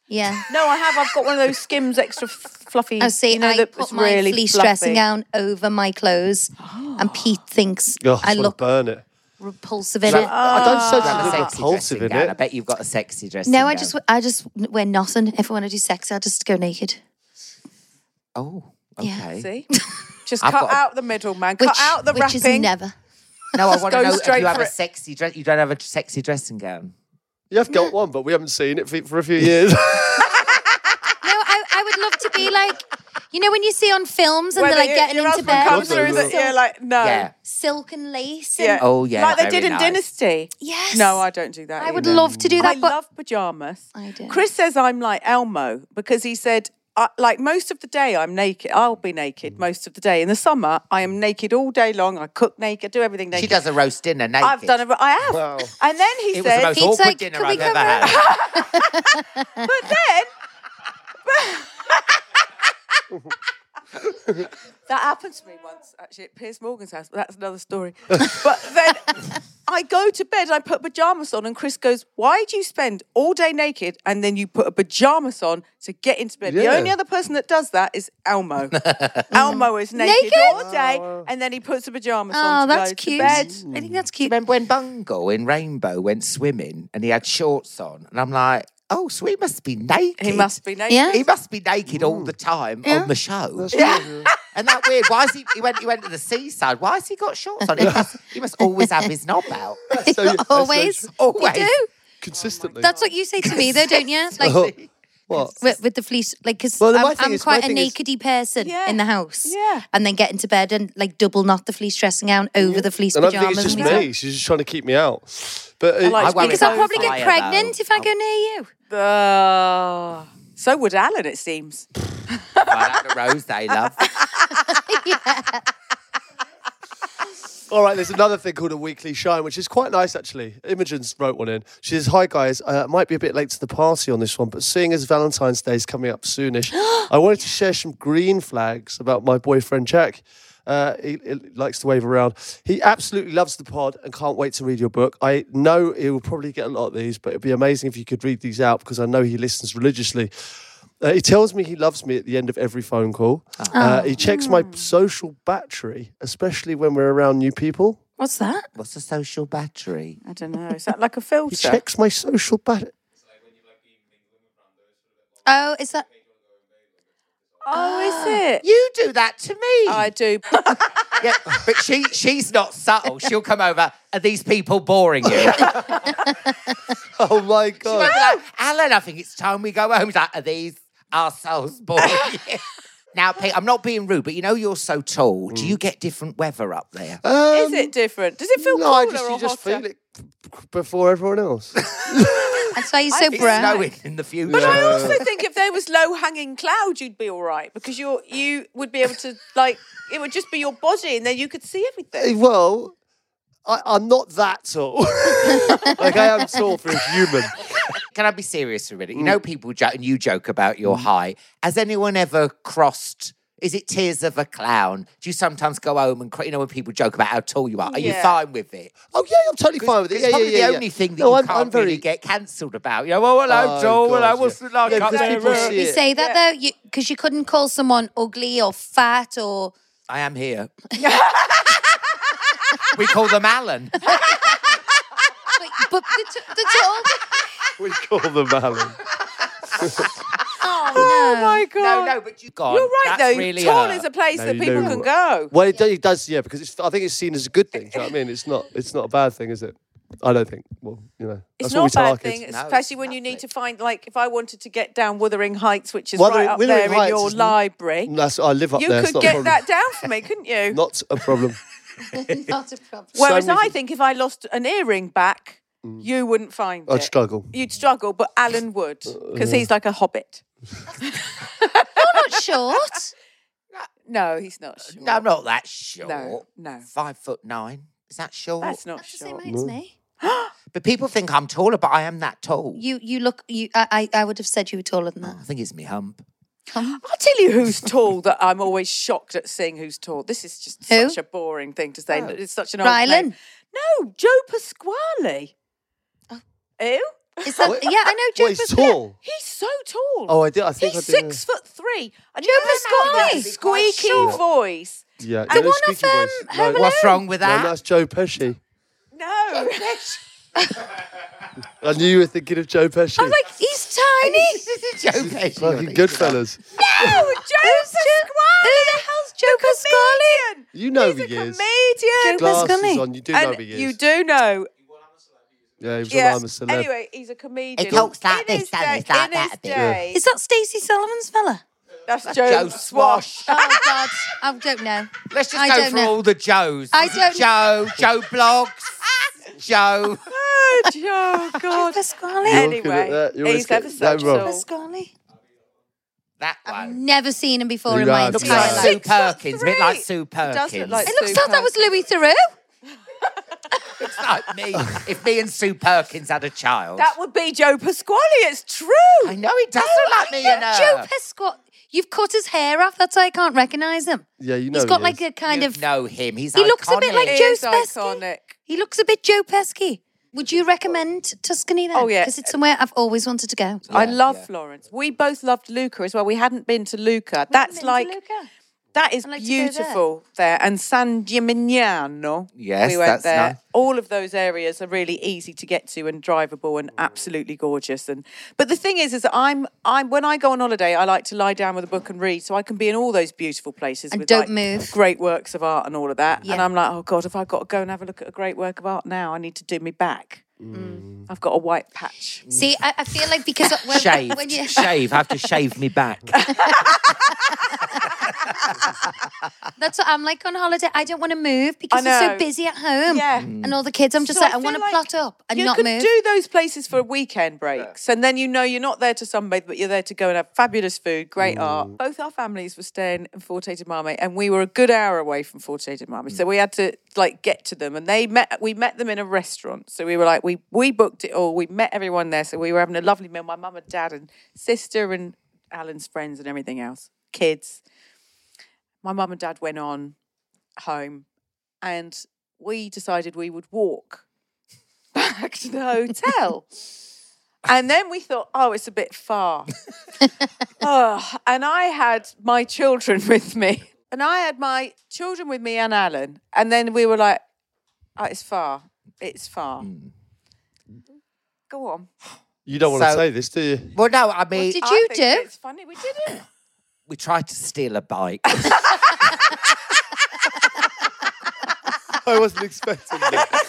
Speaker 4: yeah.
Speaker 3: Uh, no, I have. I've got one of those Skims extra f- fluffy.
Speaker 4: I Oh, see.
Speaker 3: you know,
Speaker 4: I
Speaker 3: that
Speaker 4: put
Speaker 3: was
Speaker 4: my
Speaker 3: really
Speaker 4: fleece
Speaker 3: fluffy.
Speaker 4: dressing gown over my clothes, and Pete thinks
Speaker 1: Oh, I
Speaker 4: I
Speaker 1: want
Speaker 4: look Oh.
Speaker 1: to burn it.
Speaker 4: repulsive in it.
Speaker 1: I don't sense
Speaker 2: Have a
Speaker 1: you look
Speaker 2: sexy dressing
Speaker 1: repulsive in
Speaker 2: gown. I
Speaker 1: it.
Speaker 2: bet you've got a sexy dressing
Speaker 4: No, I
Speaker 2: gown.
Speaker 4: just I just wear nothing. If I want to do sex, I just go naked.
Speaker 2: Oh,
Speaker 4: Yeah.
Speaker 2: okay.
Speaker 3: See, just
Speaker 2: I've
Speaker 3: cut
Speaker 2: got a-
Speaker 3: out the middle, man.
Speaker 4: Which,
Speaker 3: cut out the
Speaker 4: which
Speaker 3: wrapping.
Speaker 4: is never.
Speaker 2: No, I want
Speaker 3: go
Speaker 2: to know
Speaker 3: straight
Speaker 2: if you have
Speaker 3: for
Speaker 2: a
Speaker 3: it.
Speaker 2: sexy dress. You don't have a sexy dressing gown.
Speaker 1: You have got one, but we haven't seen it for, for a few years.
Speaker 4: No, I, I would love to be like, you know, when you see on films and
Speaker 3: Whether
Speaker 4: they're like
Speaker 3: your-
Speaker 4: getting
Speaker 3: your
Speaker 4: into
Speaker 3: husband
Speaker 4: bed,
Speaker 3: comes through
Speaker 1: Lovely.
Speaker 3: the, yeah, like no,
Speaker 2: Yeah.
Speaker 4: silk and lace. And,
Speaker 3: Yeah.
Speaker 2: Oh, yeah,
Speaker 3: like they
Speaker 2: very
Speaker 3: did in
Speaker 2: nice.
Speaker 3: Dynasty.
Speaker 4: Yes.
Speaker 3: No, I don't do that.
Speaker 4: I would
Speaker 3: either.
Speaker 4: love to do that,
Speaker 3: I
Speaker 4: but
Speaker 3: love pajamas.
Speaker 4: I do.
Speaker 3: Chris says I'm like Elmo because he said, I, like most of the day I'm naked. I'll be
Speaker 2: Mm.
Speaker 3: naked most of the day. In the summer, I am naked all day long. I cook naked, do everything naked.
Speaker 2: She does a roast dinner naked.
Speaker 3: I've done it. I have. And then he
Speaker 2: It was the
Speaker 3: said,
Speaker 2: most
Speaker 4: Pete's
Speaker 2: awkward
Speaker 4: like,
Speaker 2: dinner
Speaker 4: "Can we
Speaker 2: I've ever
Speaker 4: come
Speaker 2: had.
Speaker 4: round?"
Speaker 3: but then. that happened to me once, actually, at Piers Morgan's house, but that's another story. but then I go to bed and I put pajamas on, and Chris goes, Why do you spend all day naked and then you put a pajamas on to get into bed? The
Speaker 1: Yeah.
Speaker 3: only other person that does that is Elmo. Elmo is naked,
Speaker 4: Naked?
Speaker 3: all day, and then he puts the pajamas
Speaker 4: oh,
Speaker 3: on to
Speaker 4: that's
Speaker 3: go
Speaker 4: cute.
Speaker 3: to
Speaker 4: I
Speaker 3: bed.
Speaker 4: think that's cute.
Speaker 2: Remember when Bungle in Rainbow went swimming and he had shorts on? And I'm like, oh, so he must be naked.
Speaker 3: He must be naked.
Speaker 4: Yeah.
Speaker 2: He must be naked all the time on the show.
Speaker 1: yeah.
Speaker 2: And that weird. Why is he? He went. He went to the seaside. Why has he got shorts on? He must, he must always have his knob out.
Speaker 1: So you-
Speaker 4: always,
Speaker 1: that's
Speaker 4: we
Speaker 2: Always.
Speaker 4: do.
Speaker 1: Consistently.
Speaker 4: That's what you say to me, though, don't you? Like
Speaker 1: Oh, what?
Speaker 4: with, with the fleece, like because
Speaker 1: Well, my
Speaker 4: I'm,
Speaker 1: thing
Speaker 4: I'm
Speaker 1: is-
Speaker 4: quite
Speaker 1: my
Speaker 4: a
Speaker 1: thing is-
Speaker 4: nakedy person
Speaker 3: Yeah.
Speaker 4: in the house.
Speaker 3: Yeah.
Speaker 4: and then get into bed and like double knot the fleece dressing gown over the fleece
Speaker 1: And I think
Speaker 4: pajamas.
Speaker 1: it's just
Speaker 4: and things like-
Speaker 1: me. She's just trying to keep me out. But uh,
Speaker 3: like-
Speaker 2: I worry
Speaker 4: Because
Speaker 3: It's
Speaker 4: I'll probably
Speaker 2: about
Speaker 4: get
Speaker 2: fire, though.
Speaker 4: pregnant if I go near you.
Speaker 3: Uh, so would Alan, it seems.
Speaker 2: Right out the rose day, love.
Speaker 1: All right, there's another thing called a weekly shine, which is quite nice actually. Imogen's wrote one in. She says, "Hi guys, uh, I might be a bit late to the party on this one, but seeing as Valentine's Day is coming up soonish, I wanted to share some green flags about my boyfriend Jack. Uh, he, he likes to wave around. He absolutely loves the pod and can't wait to read your book. I know he will probably get a lot of these, but it'd be amazing if you could read these out because I know he listens religiously." Uh, he tells me he loves me at the end of every phone call. Uh, he checks my social battery, especially when we're around new people.
Speaker 4: What's that?
Speaker 2: What's a social battery?
Speaker 3: I don't know. Is that like a
Speaker 1: He
Speaker 3: filter?
Speaker 1: checks my social battery.
Speaker 4: Oh, is that?
Speaker 3: Oh, is it?
Speaker 2: You do that to me.
Speaker 3: I do.
Speaker 2: Yeah, but she she's not subtle. She'll come over. Are these people boring you?
Speaker 1: Oh my
Speaker 2: She'll be
Speaker 1: god!
Speaker 2: like, Alan, I think it's time we go home. She's like, are these ourselves boring you? Now, Pete, I'm not being rude, but you know you're so tall. Do
Speaker 3: Mm.
Speaker 2: you get different weather up there?
Speaker 3: is it different? Does it feel
Speaker 1: Um, no,
Speaker 3: cooler
Speaker 1: I just
Speaker 3: or
Speaker 1: you just
Speaker 3: hotter?
Speaker 1: feel it b- b- before everyone else.
Speaker 4: That's why you're so
Speaker 3: think
Speaker 2: it's
Speaker 4: brown.
Speaker 2: snowing in the future.
Speaker 3: But I also think if there was low hanging cloud, you'd be all right because you are you would be able to like it would just be your body and then you could see
Speaker 1: Eh,
Speaker 3: everything.
Speaker 1: well, I, I'm not that tall. like I am tall for a human.
Speaker 2: Can I be serious for a
Speaker 3: Mm.
Speaker 2: minute? You know, people joke, and you joke about your height. Has anyone ever crossed? Is it tears of a clown? Do you sometimes go home and cry? You know, when people joke about how tall you are, are you
Speaker 3: Yeah.
Speaker 2: fine with it?
Speaker 1: Oh yeah, I'm totally fine with it.
Speaker 2: It's
Speaker 1: Yeah, yeah,
Speaker 2: probably
Speaker 1: yeah,
Speaker 2: the
Speaker 1: yeah.
Speaker 2: only thing that
Speaker 1: No,
Speaker 2: you
Speaker 1: I'm,
Speaker 2: can't
Speaker 1: I'm very
Speaker 2: really get cancelled about. You know, oh, well, I'm
Speaker 1: Oh,
Speaker 2: tall, well, I
Speaker 1: God, yeah.
Speaker 2: wasn't like
Speaker 1: Yeah,
Speaker 2: up
Speaker 1: because
Speaker 2: there.
Speaker 1: people
Speaker 2: uh,
Speaker 1: see
Speaker 4: We
Speaker 1: it.
Speaker 4: say that though, you because you couldn't call someone ugly or fat or
Speaker 2: I am here. we call them Alan.
Speaker 4: but, but the, t- the tall.
Speaker 1: We call them Alan.
Speaker 4: Oh,
Speaker 3: Oh
Speaker 4: no.
Speaker 3: my
Speaker 2: No,
Speaker 3: god!
Speaker 2: no, but you got.
Speaker 3: You're right
Speaker 2: That's
Speaker 3: though.
Speaker 2: Really
Speaker 3: Tall
Speaker 2: hurt.
Speaker 3: is a place
Speaker 1: No,
Speaker 3: that
Speaker 1: you
Speaker 3: people
Speaker 1: know
Speaker 3: can
Speaker 1: what-
Speaker 3: go.
Speaker 1: Well, it, do- it does, yeah, because it's, I think it's seen as a good thing. Do you know what I mean? It's not. It's not a bad thing, is it? I don't think. Well, you know,
Speaker 3: It's
Speaker 1: that's what we
Speaker 3: not a
Speaker 1: tell our
Speaker 3: bad
Speaker 1: kids.
Speaker 3: thing,
Speaker 2: No, it's
Speaker 3: especially when you need to find like if I wanted to get down Wuthering Heights, which is
Speaker 1: Wuthering-
Speaker 3: right up
Speaker 1: Wuthering
Speaker 3: there in
Speaker 1: Heights
Speaker 3: your
Speaker 1: is-
Speaker 3: library.
Speaker 1: That's I live up
Speaker 3: you
Speaker 1: there. it's
Speaker 3: could
Speaker 1: not a
Speaker 3: get
Speaker 1: problem.
Speaker 3: that down for me, couldn't you?
Speaker 1: Not a problem.
Speaker 4: not a problem.
Speaker 3: Whereas
Speaker 1: many
Speaker 3: I
Speaker 1: things.
Speaker 3: think if I lost an earring back, you wouldn't find
Speaker 1: Mm. I'd
Speaker 3: it.
Speaker 1: struggle. Uh,
Speaker 3: You'd struggle, but Alan would because he's like a hobbit.
Speaker 4: You're not short.
Speaker 3: No, he's not.
Speaker 4: Uh,
Speaker 3: Sure.
Speaker 2: No, I'm not that short.
Speaker 3: No, no.
Speaker 2: Five foot nine. Is that short?
Speaker 3: That's not
Speaker 4: That's the same
Speaker 3: sure.
Speaker 4: height as me.
Speaker 2: But people think I'm taller, but I am that tall.
Speaker 4: You you look you I I I would have said you were taller than that.
Speaker 2: I think it's me hump.
Speaker 3: I'll tell you who's tall that I'm always shocked at seeing who's tall. This is just
Speaker 4: Who? Oh.
Speaker 3: such a boring thing to say. It's such an old
Speaker 4: Rylan.
Speaker 3: name. No, Joe Pasquale. Oh. Ew.
Speaker 4: Is that yeah, I know Joe
Speaker 1: Well, he's
Speaker 4: Pasquale.
Speaker 1: tall.
Speaker 3: He's so tall.
Speaker 1: Oh, I did. I think
Speaker 3: He's
Speaker 1: I did.
Speaker 3: six foot three. And you know he's got that
Speaker 2: Pasquale.
Speaker 3: squeaky voice.
Speaker 1: Yeah,
Speaker 4: The one off, um, Home Alone.
Speaker 2: What's wrong with
Speaker 1: No,
Speaker 2: that?
Speaker 1: that's Joe Pesci.
Speaker 3: No.
Speaker 1: I knew you were thinking of Joe Pesci.
Speaker 4: I'm like he's tiny.
Speaker 2: This is a joke, actually.
Speaker 1: Fucking good fellas.
Speaker 3: no, Joe Pasquale.
Speaker 4: Who the hell's Joe Pasquale?
Speaker 3: Comedian.
Speaker 1: You know
Speaker 3: he's
Speaker 1: who
Speaker 3: a
Speaker 1: he is.
Speaker 3: comedian.
Speaker 4: Joe Pasquale.
Speaker 1: Glasses on. You do know
Speaker 3: and
Speaker 1: who he is.
Speaker 3: you do know.
Speaker 1: Yeah, he was
Speaker 3: Yeah.
Speaker 1: on I'm a Celeb.
Speaker 3: Anyway, he's a comedian.
Speaker 2: He talks like
Speaker 3: In
Speaker 2: this,
Speaker 3: his
Speaker 2: and
Speaker 3: day-
Speaker 2: he's like
Speaker 3: in
Speaker 2: that
Speaker 3: his
Speaker 2: a bit.
Speaker 3: day-
Speaker 4: Is that Stacey Solomon's fella?
Speaker 3: That's, Joe,
Speaker 2: Joe
Speaker 3: Swash.
Speaker 4: Oh God, I don't know.
Speaker 2: Let's just
Speaker 4: I
Speaker 2: go
Speaker 4: don't
Speaker 2: for
Speaker 4: know.
Speaker 2: all the Joes.
Speaker 4: I don't-
Speaker 2: Joe, Joe Blogs, Joe.
Speaker 3: Oh, Joe, God.
Speaker 4: Pasquale.
Speaker 1: You're good at
Speaker 3: Anyway,
Speaker 1: that. You're always
Speaker 3: he's ever
Speaker 1: good- that
Speaker 3: such
Speaker 1: wrong.
Speaker 3: tall.
Speaker 4: Pasquale.
Speaker 2: That
Speaker 4: I've
Speaker 2: one.
Speaker 4: never seen him before in
Speaker 1: Right,
Speaker 4: my
Speaker 1: looks
Speaker 4: entire
Speaker 1: like
Speaker 4: life.
Speaker 2: Sue
Speaker 3: Six foot
Speaker 2: Perkins, a bit like
Speaker 3: three.
Speaker 2: Sue
Speaker 3: does
Speaker 2: Perkins.
Speaker 3: look like
Speaker 4: It looks like that was Louis Theroux.
Speaker 2: It's like me. If me and Sue Perkins had a child.
Speaker 3: That Oh, would be Joe Pasquale. It's true.
Speaker 2: I know it does look like me and her.
Speaker 4: Joe Pescott. You've cut his hair off. That's why I can't recognise him.
Speaker 1: Yeah, you know
Speaker 4: He's
Speaker 1: he
Speaker 4: got
Speaker 1: is.
Speaker 4: like a kind
Speaker 2: you
Speaker 4: of.
Speaker 2: know him. He's
Speaker 4: He looks a bit
Speaker 2: iconic.
Speaker 4: like
Speaker 3: He
Speaker 4: Joe
Speaker 3: is
Speaker 4: Pesky.
Speaker 3: iconic.
Speaker 4: He looks a bit Joe Pesky. Would you recommend Tuscany then?
Speaker 3: Oh, yeah.
Speaker 4: because it's somewhere I've always wanted to go.
Speaker 3: I love Florence. We both loved Luca as well. We hadn't been to Luca. That's like that is
Speaker 4: I'd like to go there.
Speaker 3: beautiful there. and San Gimignano.
Speaker 2: Yes,
Speaker 3: we went
Speaker 2: that's
Speaker 3: there.
Speaker 2: nice.
Speaker 3: All of those areas are really easy to get to and drivable and absolutely gorgeous. And but the thing is, is that I'm I'm when I go on holiday, I like to lie down with a book and read, so I can be in all those beautiful places
Speaker 4: And
Speaker 3: with,
Speaker 4: don't
Speaker 3: like,
Speaker 4: move.
Speaker 3: great works of art and all of that. And
Speaker 4: Yeah.
Speaker 3: I'm like, oh god, if I got to go and have a look at a great work of art now, I need to do me back.
Speaker 4: Mm.
Speaker 3: I've got a white patch.
Speaker 4: See, I, I feel like because when,
Speaker 2: Shave.
Speaker 4: when you
Speaker 2: Shave. I have to shave me back.
Speaker 4: that's what I'm like on holiday. I don't want to move because it's
Speaker 3: know.
Speaker 4: so busy at home.
Speaker 3: Yeah.
Speaker 4: And all the kids, I'm just
Speaker 3: So
Speaker 4: like, I,
Speaker 3: feel
Speaker 4: want to
Speaker 3: like
Speaker 4: plot up and
Speaker 3: you
Speaker 4: not
Speaker 3: could
Speaker 4: move.
Speaker 3: do those places for weekend breaks, and then you know you're not there to sunbathe, but you're there to go and have fabulous food, great art. Both our families were staying in Forte de Marme, and we were a good hour away from Forte de Marme, so we had to like get to them. And they met, we met them in a restaurant, so we were like, we we booked it all, we met everyone there, so we were having a lovely meal. My mum and dad and sister and Alan's friends and everything else, kids. My mum and dad went on home, and we decided we would walk back to the hotel. and then we thought, oh, it's a bit far. oh, and I had my children with me. And I had my children with me and Alan. And then we were like, oh, it's far. It's far.
Speaker 4: Mm.
Speaker 3: Go on.
Speaker 1: You don't want to
Speaker 2: So-
Speaker 1: say this, do you?
Speaker 2: well, no, I mean,
Speaker 4: Did
Speaker 3: I
Speaker 4: you
Speaker 3: think
Speaker 4: do?
Speaker 3: It's funny. We didn't.
Speaker 2: we tried to steal a bike.
Speaker 1: I wasn't expecting that.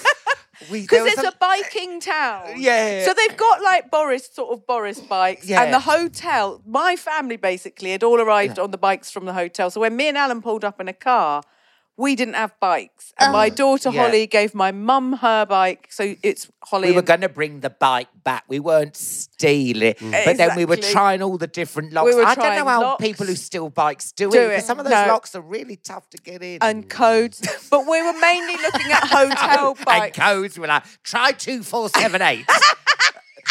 Speaker 2: We- there
Speaker 3: Because
Speaker 2: was
Speaker 3: it's a biking town.
Speaker 2: Yeah.
Speaker 3: So they've got like Boris, sort of Boris bikes.
Speaker 2: Yeah.
Speaker 3: And the hotel, my family basically had all arrived on the bikes from the hotel. So when me and Alan pulled up in a car, we didn't have bikes. And my daughter
Speaker 2: Yeah.
Speaker 3: Holly gave my mum her bike. So it's Holly.
Speaker 2: we were
Speaker 3: and-
Speaker 2: going to bring the bike back. We weren't stealing, but then we were
Speaker 3: Mm. Exactly.
Speaker 2: trying all the different locks.
Speaker 3: were
Speaker 2: I don't know
Speaker 3: trying
Speaker 2: how
Speaker 3: locks.
Speaker 2: people who steal bikes do,
Speaker 3: Do
Speaker 2: it. because
Speaker 3: it.
Speaker 2: Some of
Speaker 3: No.
Speaker 2: those locks are really tough to get in.
Speaker 3: and codes. But we were mainly looking at hotel
Speaker 2: and
Speaker 3: bikes.
Speaker 2: codes were like try two four seven eight.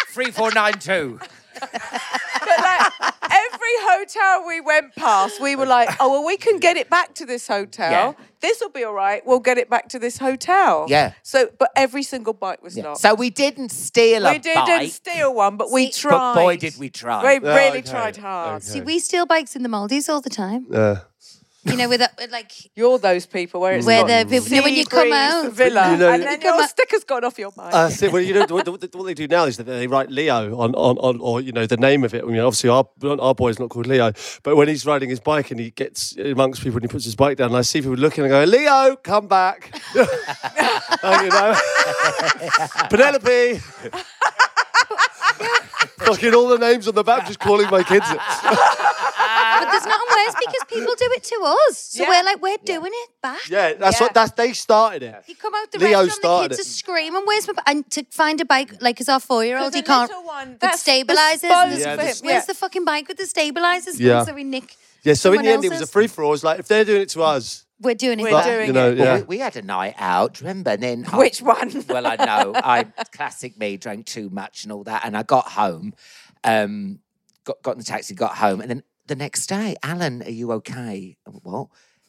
Speaker 2: Three four nine two.
Speaker 3: But like, every hotel we went past, we were like, oh, well, we can get it back to this hotel.
Speaker 2: Yeah.
Speaker 3: This will be all right. We'll get it back to this hotel.
Speaker 2: Yeah.
Speaker 3: So, but every single bike was locked.
Speaker 2: So we didn't steal
Speaker 3: we
Speaker 2: a
Speaker 3: didn't
Speaker 2: bike.
Speaker 3: steal one, but we
Speaker 4: See-
Speaker 3: tried.
Speaker 2: But boy, did we try.
Speaker 3: We
Speaker 1: Oh,
Speaker 3: really
Speaker 1: okay,
Speaker 3: tried hard.
Speaker 4: See, we steal bikes in the Maldives all the time.
Speaker 1: Yeah.
Speaker 4: You know, with, a, with like
Speaker 3: You're those people where it's
Speaker 4: where
Speaker 3: got
Speaker 4: the people, you know, when
Speaker 3: sea
Speaker 4: you come
Speaker 3: breeze,
Speaker 4: out.
Speaker 3: villa,
Speaker 1: You know-
Speaker 3: and then
Speaker 4: You come
Speaker 3: your
Speaker 4: out-
Speaker 3: sticker's gone off your bike.
Speaker 1: Uh, so, well, you know what, what what they do now is that they write Leo on, on, on or you know the name of it. I mean, obviously our our boy's not called Leo, but when he's riding his bike and he gets amongst people and he puts his bike down, and I see people looking and go, Leo, come back, and, you know, Penelope. Fucking all the names on the back, just calling my kids. it.
Speaker 4: But there's not on Wales because people do it to us. So
Speaker 3: Yeah.
Speaker 4: we're like, we're doing it back.
Speaker 1: Yeah, that's what that's they started it.
Speaker 4: You come out the
Speaker 1: Leo
Speaker 4: restaurant, the
Speaker 1: started
Speaker 4: kids
Speaker 1: it.
Speaker 4: are screaming, where's my bike? And to find a bike, like, as our four year old,
Speaker 3: The
Speaker 4: he can't.
Speaker 3: little one,
Speaker 4: with
Speaker 3: that's
Speaker 4: stabilizers.
Speaker 3: bespoke
Speaker 4: and there's-
Speaker 1: Yeah,
Speaker 3: for him,
Speaker 4: Where's
Speaker 3: yeah.
Speaker 4: the fucking bike with the stabilizers?
Speaker 1: Yeah.
Speaker 4: So we nick.
Speaker 1: Yeah, so in
Speaker 4: someone
Speaker 1: the end, it was a
Speaker 4: else's.
Speaker 1: free for all. It's like if they're doing it to us,
Speaker 4: We're doing it.
Speaker 3: We're
Speaker 4: back.
Speaker 3: doing
Speaker 1: you know,
Speaker 3: it.
Speaker 2: Well,
Speaker 1: yeah.
Speaker 2: we, we had a night out, remember? And then I-
Speaker 3: Which one?
Speaker 2: well, I know. I classic me, drank too much and all that. And I got home, um, got got in the taxi, got home, and then the next day, Alan, are you okay? I went, What?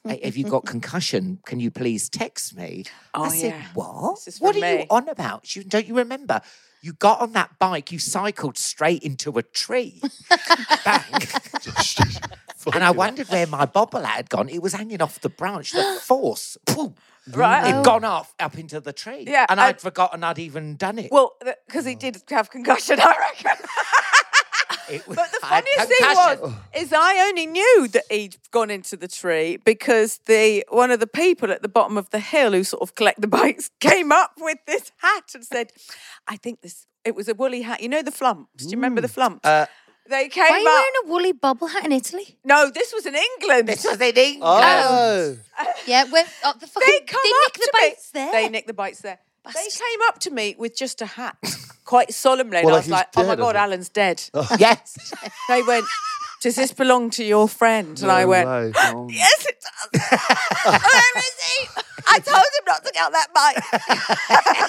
Speaker 2: "Uh, Have you got concussion? Can you please text me?
Speaker 3: Oh,
Speaker 2: I said,
Speaker 3: yeah.
Speaker 2: What?
Speaker 3: This is
Speaker 2: What are
Speaker 3: for
Speaker 2: you
Speaker 3: me."
Speaker 2: on about? You don't you remember? You got on that bike, you cycled straight into a tree. Bang. and I wondered where my bobble had gone. It was hanging off the branch, the force. Poof.
Speaker 3: Right.
Speaker 2: It'd gone off up into the tree.
Speaker 3: Oh. Yeah,
Speaker 2: And
Speaker 3: I-
Speaker 2: I'd forgotten I'd even done it.
Speaker 3: Well, because he did have concussion, I reckon.
Speaker 2: It was-
Speaker 3: But the
Speaker 2: I had
Speaker 3: funniest thing
Speaker 2: concussion.
Speaker 3: was is I only knew that he'd gone into the tree because the one of the people at the bottom of the hill who sort of collect the bikes came up with this hat and said, "I think this." It was a woolly hat. You know the flumps. Do you remember the
Speaker 1: Mm.
Speaker 3: flumps?
Speaker 1: Uh,
Speaker 3: they came
Speaker 4: Why are you
Speaker 3: up.
Speaker 4: wearing a woolly bobble hat in Italy?
Speaker 3: no, this was in England.
Speaker 2: This was in England.
Speaker 1: Oh.
Speaker 4: Yeah, we're oh, the fucking.
Speaker 3: they come
Speaker 4: nick
Speaker 3: up
Speaker 4: the
Speaker 3: to
Speaker 4: bikes
Speaker 3: me.
Speaker 4: there.
Speaker 3: They nick the bikes there.
Speaker 4: Bastards.
Speaker 3: They came up to me with just a hat, quite solemnly, and
Speaker 1: Well,
Speaker 3: I
Speaker 1: like
Speaker 3: was
Speaker 1: he's
Speaker 3: like, "Oh my
Speaker 1: dead,
Speaker 3: God,
Speaker 1: is it?"
Speaker 3: Alan's dead."
Speaker 2: Yes.
Speaker 3: they went, "Does this belong to your friend?" And I went,
Speaker 1: way.
Speaker 3: Yes, it does. Oh, Where is he? I told him not to get on that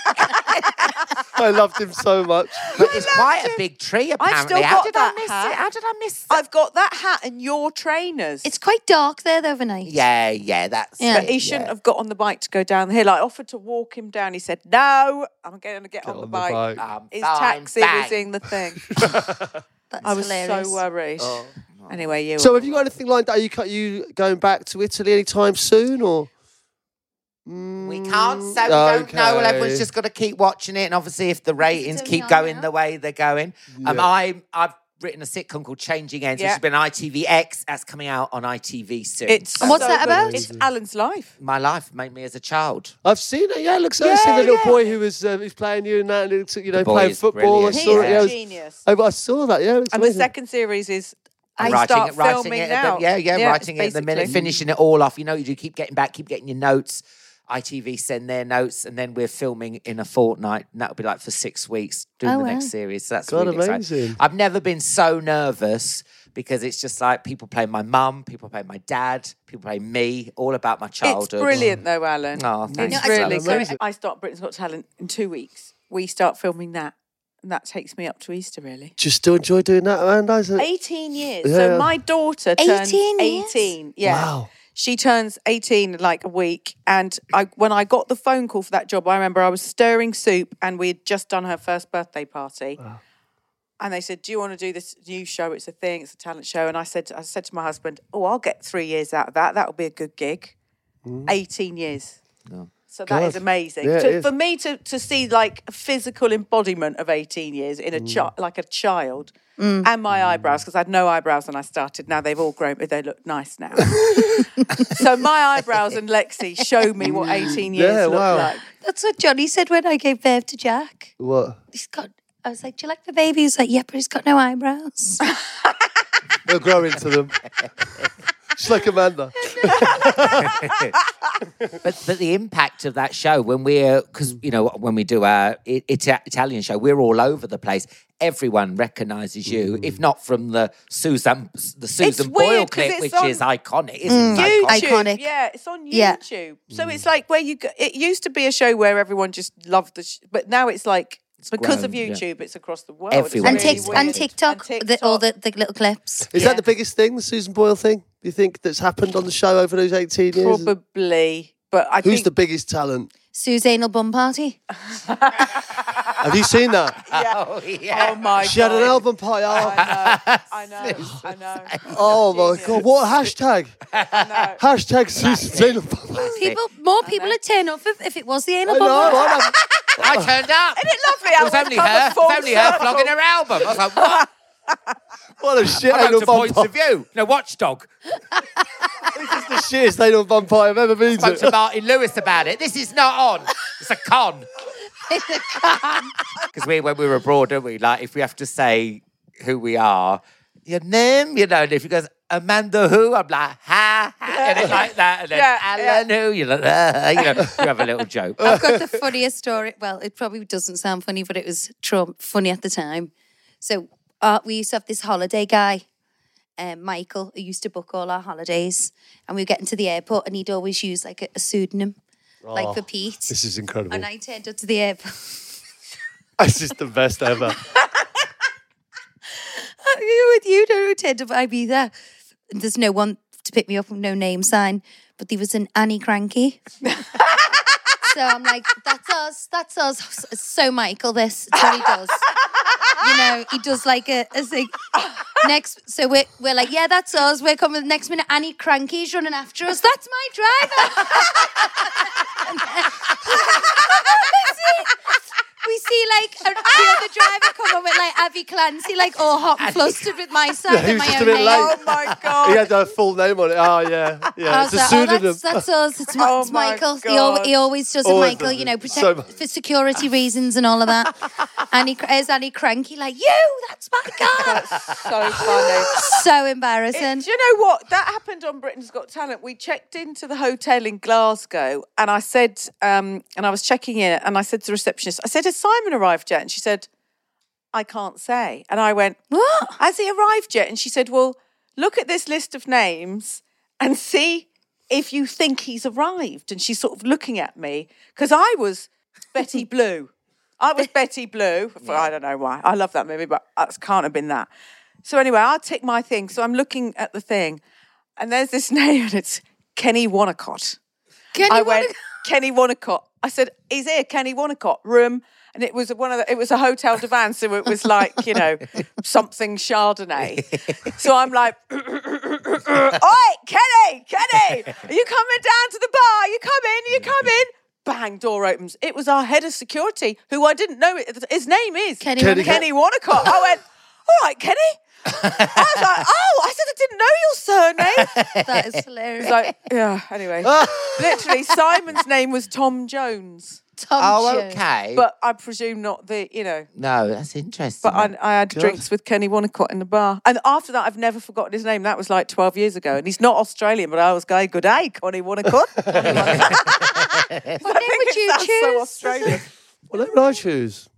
Speaker 3: bike.
Speaker 1: I loved him so much.
Speaker 2: But it's quite a big tree, apparently.
Speaker 3: still
Speaker 2: How
Speaker 3: got
Speaker 2: did
Speaker 3: that
Speaker 2: I miss
Speaker 3: hat.
Speaker 2: it? How did I miss it?
Speaker 3: I've got that hat and your trainers.
Speaker 4: It's quite dark there the other night.
Speaker 2: Yeah, yeah, that's
Speaker 4: Yeah.
Speaker 3: but he shouldn't have got on the bike to go down the hill. I offered to walk him down. He said, "No, I'm going to get, on, the bike."
Speaker 2: Um,
Speaker 3: His
Speaker 2: fine,
Speaker 3: taxi was
Speaker 2: bang.
Speaker 3: in the thing.
Speaker 4: That's
Speaker 3: I was
Speaker 4: hilarious.
Speaker 3: so worried.
Speaker 2: Oh.
Speaker 3: Anyway, you.
Speaker 1: So have you got anything lined up? Are you, cu- you going back to Italy anytime soon or?
Speaker 2: We can't, so we don't know. Well, everyone's
Speaker 1: okay.
Speaker 2: just got to keep watching it. And obviously, if the ratings
Speaker 4: doing
Speaker 2: keep
Speaker 4: it
Speaker 2: going
Speaker 4: now.
Speaker 2: the way they're going, um,
Speaker 1: Yeah.
Speaker 2: I, I've written a sitcom called Changing Ends, which
Speaker 3: Yeah.
Speaker 2: has been ITVX. That's coming out on ITV soon.
Speaker 3: it's
Speaker 2: So
Speaker 4: what's
Speaker 3: so
Speaker 4: that
Speaker 3: good.
Speaker 4: about?
Speaker 3: It's Alan's life.
Speaker 2: my life made me as a child.
Speaker 1: I've seen it. Yeah, it looks. I've seen the little boy who was um, who's playing you and that, and he took- you know
Speaker 2: boy
Speaker 1: playing
Speaker 2: is
Speaker 1: football.
Speaker 2: brilliant.
Speaker 1: I
Speaker 2: He
Speaker 1: saw
Speaker 2: is
Speaker 1: it. Yeah, it was- Oh,
Speaker 3: genius.
Speaker 1: I, I saw that. Yeah, it was
Speaker 3: and the
Speaker 1: amazing.
Speaker 3: second series is I
Speaker 2: writing
Speaker 3: start
Speaker 2: it, writing
Speaker 3: filming
Speaker 2: it, at the-
Speaker 3: now.
Speaker 2: yeah, yeah,
Speaker 3: it's
Speaker 2: writing it at the minute,
Speaker 3: basically-
Speaker 2: finishing it all off. You know, you do keep getting back, keep getting your notes. ITV send their notes, and then we're filming in a fortnight, and that'll be like for six weeks doing
Speaker 4: Oh,
Speaker 2: the
Speaker 4: wow.
Speaker 2: next series. So that's
Speaker 1: God,
Speaker 2: really exciting.
Speaker 1: amazing.
Speaker 2: I've never been so nervous because it's just like people play my mum, people play my dad, people play me, all about my
Speaker 3: It's
Speaker 2: childhood.
Speaker 3: brilliant though, Alan.
Speaker 2: Oh, thanks,
Speaker 3: it's
Speaker 4: Alan.
Speaker 3: really
Speaker 1: Amazing.
Speaker 3: good. I start Britain's Got Talent in two weeks. We start filming that, and that takes me up to Easter really.
Speaker 1: Do you still enjoy doing that, Amanda? Is it-
Speaker 3: 18 years.
Speaker 1: Yeah.
Speaker 3: So my daughter turns
Speaker 4: 18 years?
Speaker 3: 18. Yeah.
Speaker 1: Wow.
Speaker 3: She turns 18 in like a week. And I, when I got the phone call for that job, I remember I was stirring soup and we had just done her first birthday party. And they said, Do you want to do this new show? It's a thing, it's a talent show. And I said, I said to my husband, Oh, I'll get three years out of that. That'll be a good gig. 18 years. So that is
Speaker 1: God.
Speaker 3: amazing.
Speaker 1: Yeah, it
Speaker 3: To-
Speaker 1: is.
Speaker 3: For me to, to see like a physical embodiment of 18 years in a
Speaker 1: Mm.
Speaker 3: child, like a child,
Speaker 4: Mm.
Speaker 3: and my eyebrows, because I had no eyebrows when I started. Now they've all grown, but they look nice now. so my eyebrows and Lexi show me what 18 years
Speaker 1: Yeah,
Speaker 3: look
Speaker 1: wow.
Speaker 3: like.
Speaker 4: That's what Johnny said when I gave birth to Jack.
Speaker 1: What?
Speaker 4: He's got. I was like, "Do you like the baby?" He's like, "Yeah, but he's got no eyebrows."
Speaker 1: They'll grow into them. Just like Amanda.
Speaker 2: But but the impact of that show when we're because
Speaker 3: Mm.
Speaker 2: you know when we do our I- Ita- Italian show, we're all over the place. Everyone recognises you, if not from the Susan the Susan Boyle
Speaker 3: Mm-hmm. weird 'cause
Speaker 2: clip,
Speaker 3: it's
Speaker 2: which
Speaker 3: on Mm.
Speaker 2: is iconic. Isn't it?
Speaker 3: YouTube.
Speaker 2: It's iconic.
Speaker 4: Iconic.
Speaker 3: Yeah, it's on YouTube.
Speaker 1: Mm.
Speaker 4: Yeah.
Speaker 3: So it's like where you go, it used to be a show where everyone just loved the sh- but now it's like because of
Speaker 2: grown, yeah.
Speaker 3: YouTube it's across the world.
Speaker 2: Everywhere.
Speaker 4: and,
Speaker 3: It's really
Speaker 4: tic-
Speaker 2: takes-
Speaker 3: weird.
Speaker 4: and TikTok,
Speaker 3: And
Speaker 4: The, all the, the little clips.
Speaker 1: Is
Speaker 3: Yeah.
Speaker 1: that the biggest thing, the Susan Boyle thing? Do you think that's happened on the show over those 18 years?
Speaker 3: probably but I
Speaker 1: Who's
Speaker 3: think
Speaker 1: the biggest talent?
Speaker 4: Susanal bum party.
Speaker 1: Have you seen that?
Speaker 2: Oh yeah.
Speaker 3: Oh my
Speaker 1: She had an
Speaker 3: God.
Speaker 1: album party. Oh,
Speaker 3: I know. I know. I know.
Speaker 1: oh my
Speaker 3: Genius.
Speaker 1: God. What a hashtag?
Speaker 3: I know.
Speaker 1: Hashtag Susan Boyle.
Speaker 4: People, more people would turn up if, if it was the
Speaker 1: I
Speaker 4: anal
Speaker 1: know.
Speaker 4: bum party.
Speaker 1: I know.
Speaker 2: I turned up.
Speaker 3: Isn't it lovely?
Speaker 2: It
Speaker 3: how
Speaker 2: was
Speaker 3: we
Speaker 2: only
Speaker 3: come
Speaker 2: her. It
Speaker 3: full
Speaker 2: was only her
Speaker 3: circle?
Speaker 2: vlogging her album. I was like, what?
Speaker 1: What a shit
Speaker 2: I
Speaker 1: anal
Speaker 2: wrote to
Speaker 1: bum
Speaker 2: points
Speaker 1: party.
Speaker 2: of view. No watchdog.
Speaker 1: It's the shittest anal bum party I've ever been
Speaker 2: Spoke to
Speaker 1: to.
Speaker 2: Martin Lewis about it. This is not on. It's a con. Because we, when we were abroad, don't we? Like, if we have to say who we are, your name, you know, and if he goes, Amanda who? I'm like, ha, ha, and it's like that. And then
Speaker 3: Yeah,
Speaker 2: Alan who? You're like, uh, you know, you have a little joke.
Speaker 1: Uh,
Speaker 4: I've got the funniest story. Well, it probably doesn't sound funny, but it was Trump funny at the time. So uh, we used to have this holiday guy, um, Michael, who used to book all our holidays, and we were getting to the airport, and he'd always use like a, a pseudonym, like for Pete.
Speaker 1: Oh, This is incredible.
Speaker 4: and I turned up to the airport.
Speaker 1: This is the best ever.
Speaker 4: you with you don't tend to be there. There's no one to pick me up, no name sign, but there was an Annie Cranky. so I'm like, that's us, that's us. So Michael, this, it's what he does. You know, he does like a, a thing. Next, so we're, we're like, yeah, that's us. We're coming. The next minute, Annie Cranky's running after us. That's my driver. And then- we see like a, the other driver come on with like Abby Clancy, like all hot and flustered with my side
Speaker 1: he was
Speaker 4: and my
Speaker 1: just a
Speaker 4: own
Speaker 1: bit
Speaker 4: name.
Speaker 1: late.
Speaker 3: Oh my god!
Speaker 1: he had a full name on it. Oh yeah,
Speaker 4: I
Speaker 1: yeah.
Speaker 4: was
Speaker 1: It's a
Speaker 4: like, oh,
Speaker 1: pseudonym.
Speaker 4: that's, that's us. It's, Ma-
Speaker 3: Oh
Speaker 4: it's
Speaker 3: my
Speaker 4: Michael. He, al-
Speaker 3: God.
Speaker 4: he always does it,
Speaker 1: Always
Speaker 4: Michael,
Speaker 1: does
Speaker 4: you
Speaker 1: it.
Speaker 4: know, protect,
Speaker 1: So mu-
Speaker 4: for security reasons and all of that. and he, is Annie cranky, like, you, that's my car.
Speaker 3: so funny.
Speaker 4: so embarrassing.
Speaker 3: Do you know what? That happened on Britain's Got Talent. We checked into the hotel in Glasgow and I said, um, and I was checking in and I said to the receptionist, I said, Has Simon arrived yet? And she said, I can't say. And I went,
Speaker 4: What?
Speaker 3: Has he arrived yet? And she said, Well, look at this list of names and see if you think he's arrived. And she's sort of looking at me because I was Betty Blue. I was Betty Blue. For, I don't know why. I love that movie, but that can't have been that. So anyway, I'll take my thing. So I'm looking at the thing, and there's this name, and it's Kenny Wanacott.
Speaker 4: Can
Speaker 3: I
Speaker 4: you
Speaker 3: went,
Speaker 4: wanna-
Speaker 3: Kenny Wanacott. I said, "Is here Kenny Wanacott room?" And it was one of the, it was a hotel divan, so it was like you know something Chardonnay. So I'm like, "Oi, Kenny, Kenny, are you coming down to the bar? You come in, you come in." Bang, door opens. It was our head of security, who I didn't know. it- His name is
Speaker 4: Kenny Kenny Wanacott.
Speaker 3: Kenny Wanacott. I went, "All right, Kenny." I was like, "Oh, I said I didn't know your surname."
Speaker 4: that is hilarious.
Speaker 3: It's like, yeah, anyway. Literally, Simon's name was Tom Jones,
Speaker 4: Tom
Speaker 2: Oh,
Speaker 4: Jones.
Speaker 2: okay.
Speaker 3: but I presume not the, you know.
Speaker 2: no, that's interesting.
Speaker 3: But I, I had drinks with Kenny Wanacott in the bar. And after that, I've never forgotten his name. That was like 12 years ago. And he's not Australian, but I was going, good day, Connie Wanacott.
Speaker 4: What name would you
Speaker 3: That's so
Speaker 4: choose?
Speaker 3: Australian.
Speaker 1: Well, what would I choose?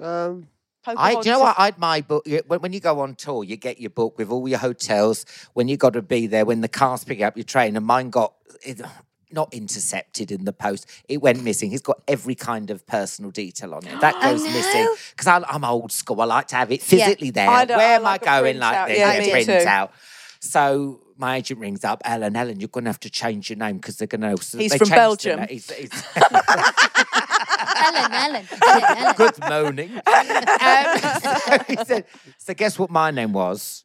Speaker 1: Um,
Speaker 2: I, do you know what? I'd my book. you- When, when you go on tour, you get your book with all your hotels. When you got to be there, when the cars pick up your train, and mine got it, not intercepted in the post. It went missing. It's got every kind of personal detail on it. That
Speaker 4: Oh,
Speaker 2: goes missing
Speaker 4: no.
Speaker 2: because I'm old school. I like to have it physically there.
Speaker 3: I don't- I
Speaker 2: Where am
Speaker 3: like
Speaker 2: I
Speaker 3: a
Speaker 2: going
Speaker 3: printout.
Speaker 2: like this?
Speaker 3: Yeah,
Speaker 2: Yeah,
Speaker 3: me too.
Speaker 2: print out. So. My agent rings up, Ellen. Ellen, you're going to have to change your name because they're going to. So
Speaker 3: He's
Speaker 2: they
Speaker 3: from
Speaker 2: changed the
Speaker 3: Belgium.
Speaker 2: name. He's- he's-
Speaker 4: Ellen, Ellen. Ellen, Ellen.
Speaker 2: good moaning. um, so, he said, so guess what my name was?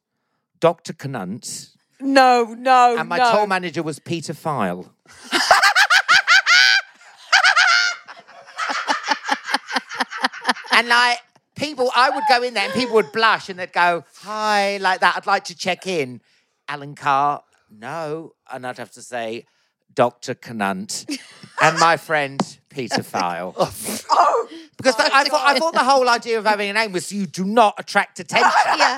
Speaker 2: Dr. Canunt.
Speaker 3: No, no.
Speaker 2: And my
Speaker 3: Oh, no.
Speaker 2: tour manager was Peter File. and like people, I would go in there and people would blush and they'd go, hi, like that. I'd like to check in. Alan Carr, no. And I'd have to say, Dr. Canunt. and my friend Peter File. Because I, I thought, I thought the whole idea of having a name was you do not attract attention.
Speaker 4: Yeah.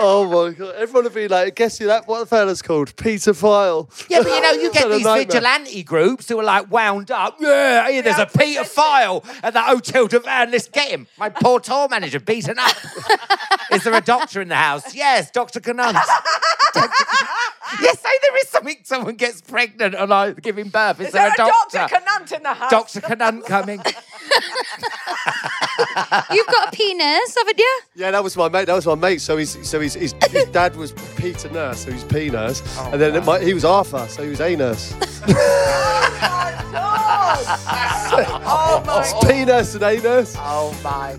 Speaker 1: oh my god! Everyone would be like, "Guess who that what the fella's called? Peter File."
Speaker 2: Yeah, but you know, you get
Speaker 1: What a
Speaker 2: these
Speaker 1: nightmare.
Speaker 2: vigilante groups who are like wound up. Yeah, here, there's a Peter File at the Hotel Divan. Let's get him. My poor tour manager beaten up. is there a doctor in the house? Yes, Dr. Canunt. yes, say there is something. Someone gets pregnant and I give him birth. Is,
Speaker 3: Is there a Dr.
Speaker 2: doctor?
Speaker 3: Canunt in the house?
Speaker 2: Dr. Canunt coming.
Speaker 4: You've got a penis, haven't you?
Speaker 1: Yeah, that was my mate. That was my mate. So he's so he's, his, his dad was Peter Nurse, so he's P Nurse,
Speaker 2: Oh,
Speaker 1: and then my, he was Arthur, so he was A Nurse.
Speaker 3: Oh my
Speaker 1: It's P Nurse and A Nurse.
Speaker 2: oh my.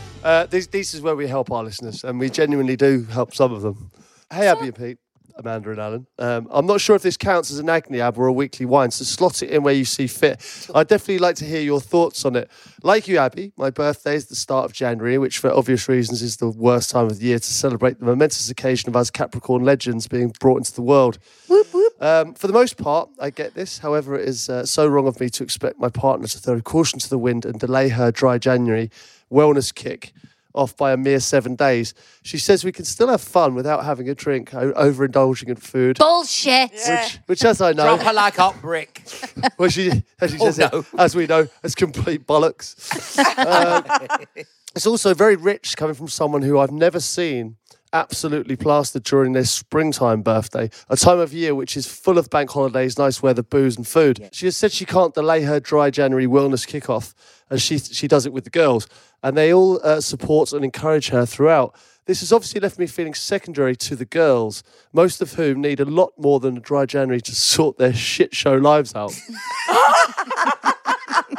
Speaker 1: Uh, this, this is where we help our listeners, and we genuinely do help some of them. Hey, Abby and Pete, Amanda and Alan. Um, I'm not sure if this counts as an Agony Ab or a weekly wine, so slot it in where you see fit. I'd definitely like to hear your thoughts on it. Like you, Abby, my birthday is the start of January, which for obvious reasons is the worst time of the year to celebrate the momentous occasion of us Capricorn legends being brought into the world. Um, for the most part, I get this. However, it is uh, so wrong of me to expect my partner to throw caution to the wind and delay her dry January wellness kick off by a mere seven days. She says we can still have fun without having a drink, o- overindulging in food,
Speaker 4: Bullshit.
Speaker 1: which, which, as I know,
Speaker 2: Drop her like hot brick.
Speaker 1: well, she, as she says, it,
Speaker 2: no.
Speaker 1: as we know, it's complete bollocks. Um, it's also very rich coming from someone who I've never seen absolutely plastered during their springtime birthday, a time of year which is full of bank holidays, nice weather, booze, and food. She has said she can't delay her dry January wellness kickoff, as she she does it with the girls, and they all uh, support and encourage her throughout. This has obviously left me feeling secondary to the girls, most of whom need a lot more than a dry January to sort their shit show lives out.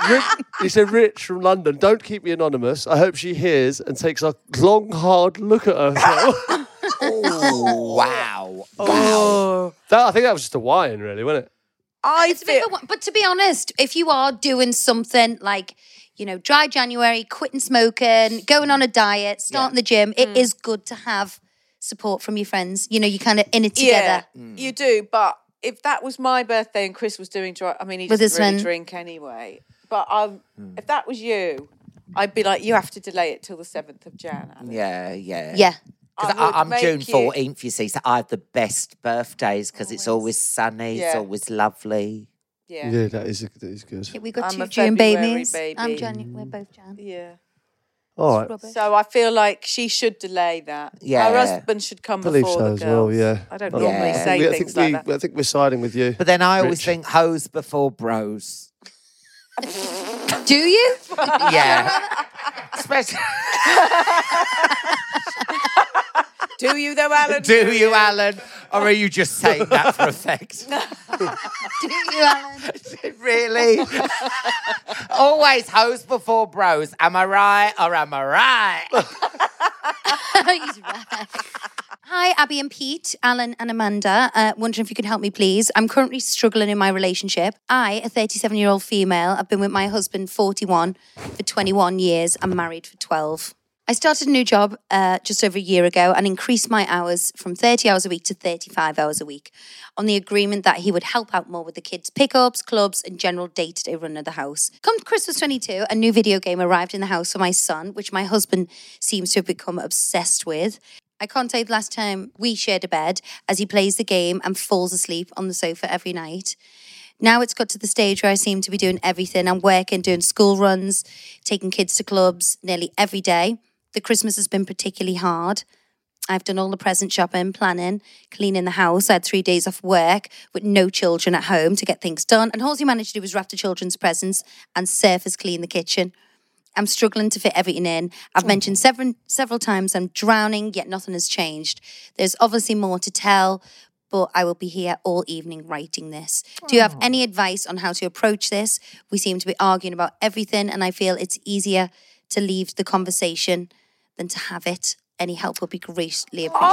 Speaker 1: Rich, he said, Rich from London, don't keep me anonymous. I hope she hears and takes a long, hard look at herself.
Speaker 2: Oh, wow.
Speaker 1: that, I think that was just a wine, really, wasn't it?
Speaker 3: I
Speaker 4: It's a bit
Speaker 3: feel
Speaker 4: of a, wa- but to be honest, if you are doing something like, you know, dry January, quitting smoking, going on a diet, starting the gym,
Speaker 3: Mm.
Speaker 4: it is good to have support from your friends. You know, you kind of in it together.
Speaker 3: Yeah, you do. But if that was my birthday and Chris was doing dry, I mean, he
Speaker 4: With his
Speaker 3: doesn't really
Speaker 4: friend.
Speaker 3: drink anyway. But um, if that was you, I'd be like, you have to delay it till the seventh of Jan. Alan.
Speaker 2: Yeah, yeah.
Speaker 4: Yeah.
Speaker 2: 'Cause
Speaker 3: I would
Speaker 2: I, am
Speaker 3: make
Speaker 2: June
Speaker 3: you-
Speaker 2: 14th, you see, so I have the best birthdays because it's always sunny, it's
Speaker 3: Yeah.
Speaker 2: always lovely.
Speaker 3: yeah,
Speaker 1: Yeah, that is, that is good.
Speaker 4: We got
Speaker 3: I'm
Speaker 4: two
Speaker 3: a
Speaker 4: June
Speaker 3: February
Speaker 4: babies. I'm
Speaker 3: baby.
Speaker 4: Jan. We're both Jan.
Speaker 3: yeah.
Speaker 1: All right.
Speaker 4: Rubbish.
Speaker 3: So I feel like she should delay that. her
Speaker 2: Yeah.
Speaker 3: husband should come
Speaker 1: believe
Speaker 3: before
Speaker 1: so
Speaker 3: the
Speaker 1: as
Speaker 3: girls.
Speaker 1: well, yeah.
Speaker 3: I don't
Speaker 1: Yeah.
Speaker 3: normally
Speaker 2: I
Speaker 3: say
Speaker 1: We- I,
Speaker 3: things
Speaker 1: think
Speaker 3: like
Speaker 1: we,
Speaker 3: that.
Speaker 1: I think we're siding with you.
Speaker 2: But then I always
Speaker 1: Rich.
Speaker 2: think hoes before bros.
Speaker 4: Do you?
Speaker 2: Yeah. Especially,
Speaker 3: Do you though, Alan?
Speaker 2: do you, Alan? Or are you just saying that for effect?
Speaker 4: Do you, Alan?
Speaker 2: really? always hoes before bros. Am I right or am I right?
Speaker 4: He's right. Hi, Abby and Pete, Alan and Amanda. Uh, wondering if you can help me, please. I'm currently struggling in my relationship. I, a 37 year old female, I've been with my husband, 41, for 21 years and married for 12. I started a new job uh, just over a year ago and increased my hours from 30 hours a week to 35 hours a week on the agreement that he would help out more with the kids' pickups, clubs, and general day to day run of the house. Come Christmas 22, a new video game arrived in the house for my son, which my husband seems to have become obsessed with. I can't tell you the last time we shared a bed as he plays the game and falls asleep on the sofa every night. Now it's got to the stage where I seem to be doing everything. I'm working, doing school runs, taking kids to clubs nearly every day. The Christmas has been particularly hard. I've done all the present shopping, planning, cleaning the house. I had three days off work with no children at home to get things done. And all he managed to do was wrap the children's presents and surface clean the kitchen. I'm struggling to fit everything in. I've mentioned several several times I'm drowning, yet nothing has changed. There's obviously more to tell, but I will be here all evening writing this. Do you have any advice on how to approach this? We seem to be arguing about everything, and I feel it's easier to leave the conversation than to have it. Any help would be greatly appreciated.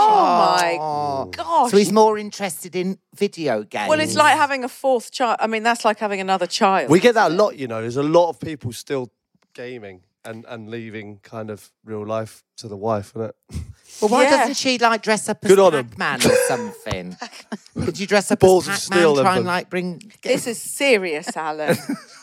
Speaker 3: Oh my gosh.
Speaker 2: So he's more interested in video games.
Speaker 3: well, it's like having a fourth child. I mean, that's like having another child.
Speaker 1: We get that a lot, you know. There's a lot of people still gaming. and, and leaving kind of real life to the wife, isn't it?
Speaker 2: Well, why
Speaker 3: Yeah.
Speaker 2: doesn't she like dress up as
Speaker 1: Good on 'em.
Speaker 2: Pac-Man or something? Could you dress up
Speaker 1: Balls of
Speaker 2: as Pac-Man,
Speaker 1: steel, them
Speaker 2: try and
Speaker 1: things.
Speaker 2: like bring?
Speaker 3: This is serious, Alan.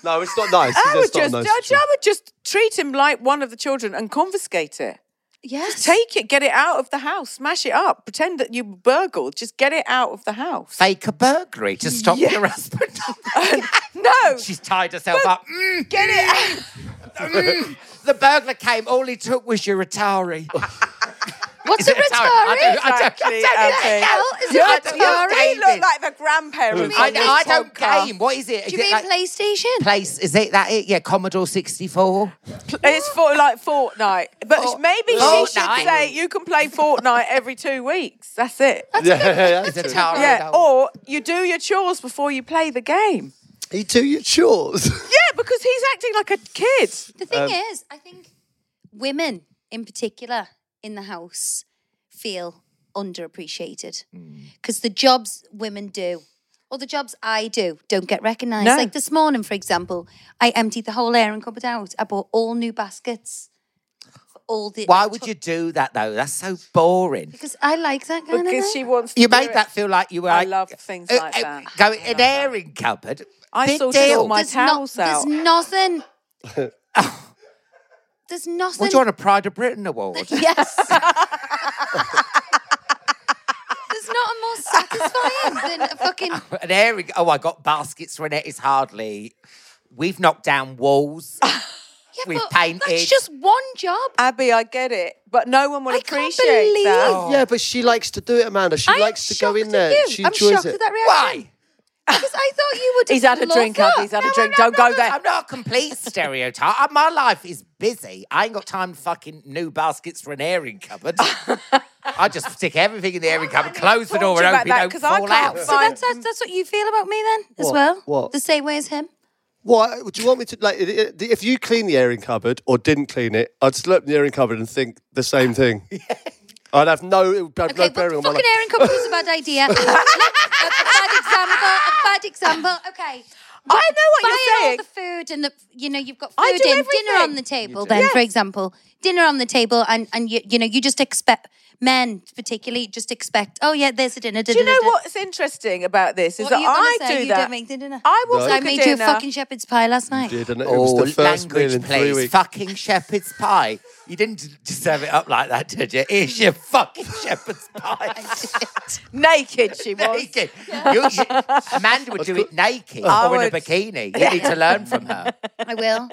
Speaker 1: No, it's not nice.
Speaker 3: I would
Speaker 1: That's
Speaker 3: Oh, just,
Speaker 1: not nice.
Speaker 3: I, I would just treat him like one of the children and confiscate it.
Speaker 4: Yes.
Speaker 3: Take it, get it out of the house, smash it up, pretend that you burgled, just get it out of the house.
Speaker 2: Fake a burglary to stop your husband.
Speaker 3: no,
Speaker 2: She's tied herself up. Mm,
Speaker 3: get it.
Speaker 2: mm. The burglar came. All he took was your Atari.
Speaker 4: What's
Speaker 2: Is
Speaker 4: a
Speaker 2: it Atari? I
Speaker 4: Atari?
Speaker 2: don't- I don't-
Speaker 3: Exactly,
Speaker 2: I don't
Speaker 3: okay.
Speaker 2: know.
Speaker 4: Is it
Speaker 2: I
Speaker 4: Atari?
Speaker 2: don't
Speaker 3: You
Speaker 2: know,
Speaker 3: do
Speaker 2: David.
Speaker 3: look like the grandparents.
Speaker 2: I,
Speaker 3: on this
Speaker 2: I don't
Speaker 3: podcast.
Speaker 2: game. What is it?
Speaker 4: Do
Speaker 2: Is
Speaker 4: you
Speaker 2: it
Speaker 4: mean
Speaker 2: like
Speaker 4: PlayStation?
Speaker 2: place? Is it that? It? Yeah, Commodore sixty four.
Speaker 3: It's for like Fortnite, but
Speaker 2: Fort-
Speaker 3: maybe she
Speaker 2: Fortnite.
Speaker 3: should say you can play Fortnite every two weeks. That's it.
Speaker 1: yeah, yeah, yeah.
Speaker 2: Is Atari?
Speaker 3: yeah,
Speaker 2: though.
Speaker 3: or you do your chores before you play the game.
Speaker 1: You do your chores.
Speaker 3: Yeah, because he's acting like a kid.
Speaker 4: The thing is, I think women in particular in the house feel underappreciated because the jobs women do or the jobs I do don't get recognised.
Speaker 3: No.
Speaker 4: Like this morning, for example, I emptied the whole airing cupboard out. I bought all new baskets. for All the
Speaker 2: Why would you do that though? That's so boring.
Speaker 4: Because I like that kind of
Speaker 3: Because
Speaker 4: thing.
Speaker 3: she wants to
Speaker 2: You
Speaker 3: do
Speaker 2: made
Speaker 3: it.
Speaker 2: that feel like you were.
Speaker 3: I
Speaker 2: like,
Speaker 3: love things
Speaker 2: uh,
Speaker 3: like
Speaker 2: uh,
Speaker 3: that.
Speaker 2: Go an airing cupboard.
Speaker 3: I
Speaker 2: Big
Speaker 3: sorted
Speaker 2: deal.
Speaker 3: all my
Speaker 4: there's, no-
Speaker 3: towels
Speaker 4: there's
Speaker 3: out.
Speaker 4: nothing. there's nothing.
Speaker 2: What do you want a Pride of Britain award?
Speaker 4: Yes. There's not a more satisfying than a fucking.
Speaker 2: an airing. Oh, I got baskets for it. It's hardly. We've knocked down walls. We've
Speaker 4: But That's
Speaker 2: painted.
Speaker 4: just one job.
Speaker 3: Abby, I get get it, but no one will
Speaker 4: I can't
Speaker 3: appreciate
Speaker 4: believe-
Speaker 3: that.
Speaker 1: Oh. Yeah, but she likes to do it, Amanda. She
Speaker 4: I am
Speaker 1: likes to go
Speaker 4: shocked
Speaker 1: in
Speaker 4: at
Speaker 1: there.
Speaker 4: you.
Speaker 1: She
Speaker 4: I'm
Speaker 1: enjoys
Speaker 4: shocked
Speaker 1: it.
Speaker 4: at that reaction.
Speaker 2: Why?
Speaker 4: Because I thought you would.
Speaker 3: He's had a
Speaker 4: love
Speaker 3: drink,
Speaker 4: that.
Speaker 3: Abby. He's had a
Speaker 4: No,
Speaker 3: drink.
Speaker 4: no,
Speaker 3: Don't
Speaker 4: no,
Speaker 3: go
Speaker 4: no.
Speaker 3: there.
Speaker 2: I'm not a complete stereotype. Uh, My life is busy. I ain't got time for fucking new baskets for an airing cupboard. I just stick everything in the airing cupboard, close the
Speaker 3: talk
Speaker 2: door,
Speaker 3: to you
Speaker 2: and
Speaker 3: about
Speaker 2: open
Speaker 3: that
Speaker 2: it. Don't
Speaker 3: 'cause I
Speaker 2: fall
Speaker 3: can't
Speaker 2: out.
Speaker 4: So
Speaker 3: Fine.
Speaker 4: that's, that's that's what you feel about me then, as
Speaker 1: What?
Speaker 4: well.
Speaker 1: What?
Speaker 4: The same way as him.
Speaker 1: What would you want me to like? i- i- If you clean the airing cupboard or didn't clean it, I'd still open the airing cupboard and think the same thing. I'd have no, it would have
Speaker 4: Okay,
Speaker 1: no
Speaker 4: but
Speaker 1: bearing on my
Speaker 4: fucking
Speaker 1: life.
Speaker 4: Aaron Cooper was a bad idea. Look, a bad example. A bad example. Okay.
Speaker 3: I know what
Speaker 4: Buying
Speaker 3: you're saying.
Speaker 4: all the food and the you know you've got
Speaker 3: I
Speaker 4: food
Speaker 3: do
Speaker 4: in dinner
Speaker 3: everything.
Speaker 4: on the table. Then, for example, dinner on the table, and and you you know you just expect men particularly just expect. Oh yeah, there's a dinner.
Speaker 3: Do you know what's interesting about this is
Speaker 4: What
Speaker 3: that
Speaker 4: are you gonna
Speaker 3: I
Speaker 4: say?
Speaker 3: do
Speaker 4: You
Speaker 3: that.
Speaker 4: don't make the dinner.
Speaker 3: I will
Speaker 1: No.
Speaker 3: cook
Speaker 4: I
Speaker 3: a
Speaker 4: made you a
Speaker 3: dinner.
Speaker 4: fucking shepherd's pie last night.
Speaker 1: Did, and it
Speaker 2: Oh,
Speaker 1: was the first meal
Speaker 2: language,
Speaker 1: in
Speaker 2: please.
Speaker 1: three weeks.
Speaker 2: Fucking shepherd's pie. You didn't deserve it up like that, did you? Here's your fucking shepherd's pie.
Speaker 3: naked. She was.
Speaker 2: naked. You should- Amanda would do it naked
Speaker 3: I
Speaker 2: or in a
Speaker 3: would-
Speaker 2: bikini. You need to learn from her.
Speaker 4: I will.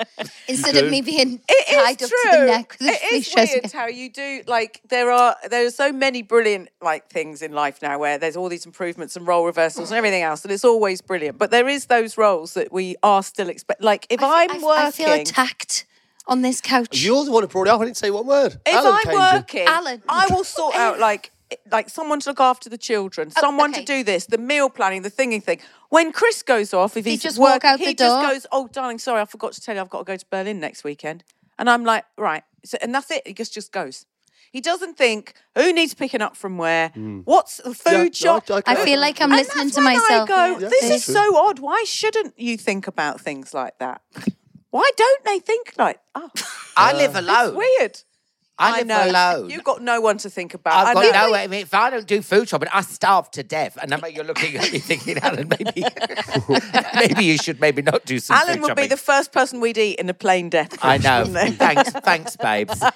Speaker 4: Instead
Speaker 1: do.
Speaker 4: of me being tied
Speaker 3: It
Speaker 4: up
Speaker 3: is
Speaker 4: to the
Speaker 3: true.
Speaker 4: neck with a
Speaker 3: It is
Speaker 4: stress
Speaker 3: weird how you do like there are there are so many brilliant like things in life now where there's all these improvements and role reversals and everything else and it's always brilliant. But there is those roles that we are still expect. Like if I, am
Speaker 4: I,
Speaker 3: working,
Speaker 4: I feel attacked on this couch.
Speaker 1: You're the one who brought it up. I didn't say one word.
Speaker 3: If
Speaker 1: Alan came
Speaker 3: I'm working,
Speaker 4: Alan.
Speaker 3: I will sort out like like someone to look after the children, someone
Speaker 4: Oh, okay.
Speaker 3: to do this, the meal planning, the thingy thing. When Chris goes off, if he's
Speaker 4: just
Speaker 3: working,
Speaker 4: walk out
Speaker 3: he
Speaker 4: the door?
Speaker 3: just goes, "Oh, darling, sorry, I forgot to tell you, I've got to go to Berlin next weekend." And I'm like, "Right," so, and that's it. He just just goes. He doesn't think who needs picking up from where. What's the
Speaker 1: Yeah,
Speaker 3: food shop?
Speaker 1: I- I-
Speaker 4: I feel like I'm
Speaker 3: And
Speaker 4: listening
Speaker 3: that's
Speaker 4: to
Speaker 3: when
Speaker 4: myself.
Speaker 3: I go,
Speaker 4: Yeah.
Speaker 3: this
Speaker 4: Yeah.
Speaker 3: is so odd. Why shouldn't you think about things like that? Why don't they think like? Oh,
Speaker 2: I
Speaker 1: Uh,
Speaker 2: live alone.
Speaker 3: weird.
Speaker 2: I live alone.
Speaker 3: uh, You've got no one to think about.
Speaker 2: I've
Speaker 3: I
Speaker 2: got
Speaker 3: know.
Speaker 2: no. I mean, if I don't do food shopping, I starve to death. And I mean, you're looking at me thinking, Alan, maybe, maybe you should maybe not do some
Speaker 3: Alan
Speaker 2: food
Speaker 3: would be
Speaker 2: shopping.
Speaker 3: the first person we'd eat in a plane death.
Speaker 2: I know.
Speaker 3: wouldn't he?
Speaker 2: thanks, thanks, babes.
Speaker 4: No,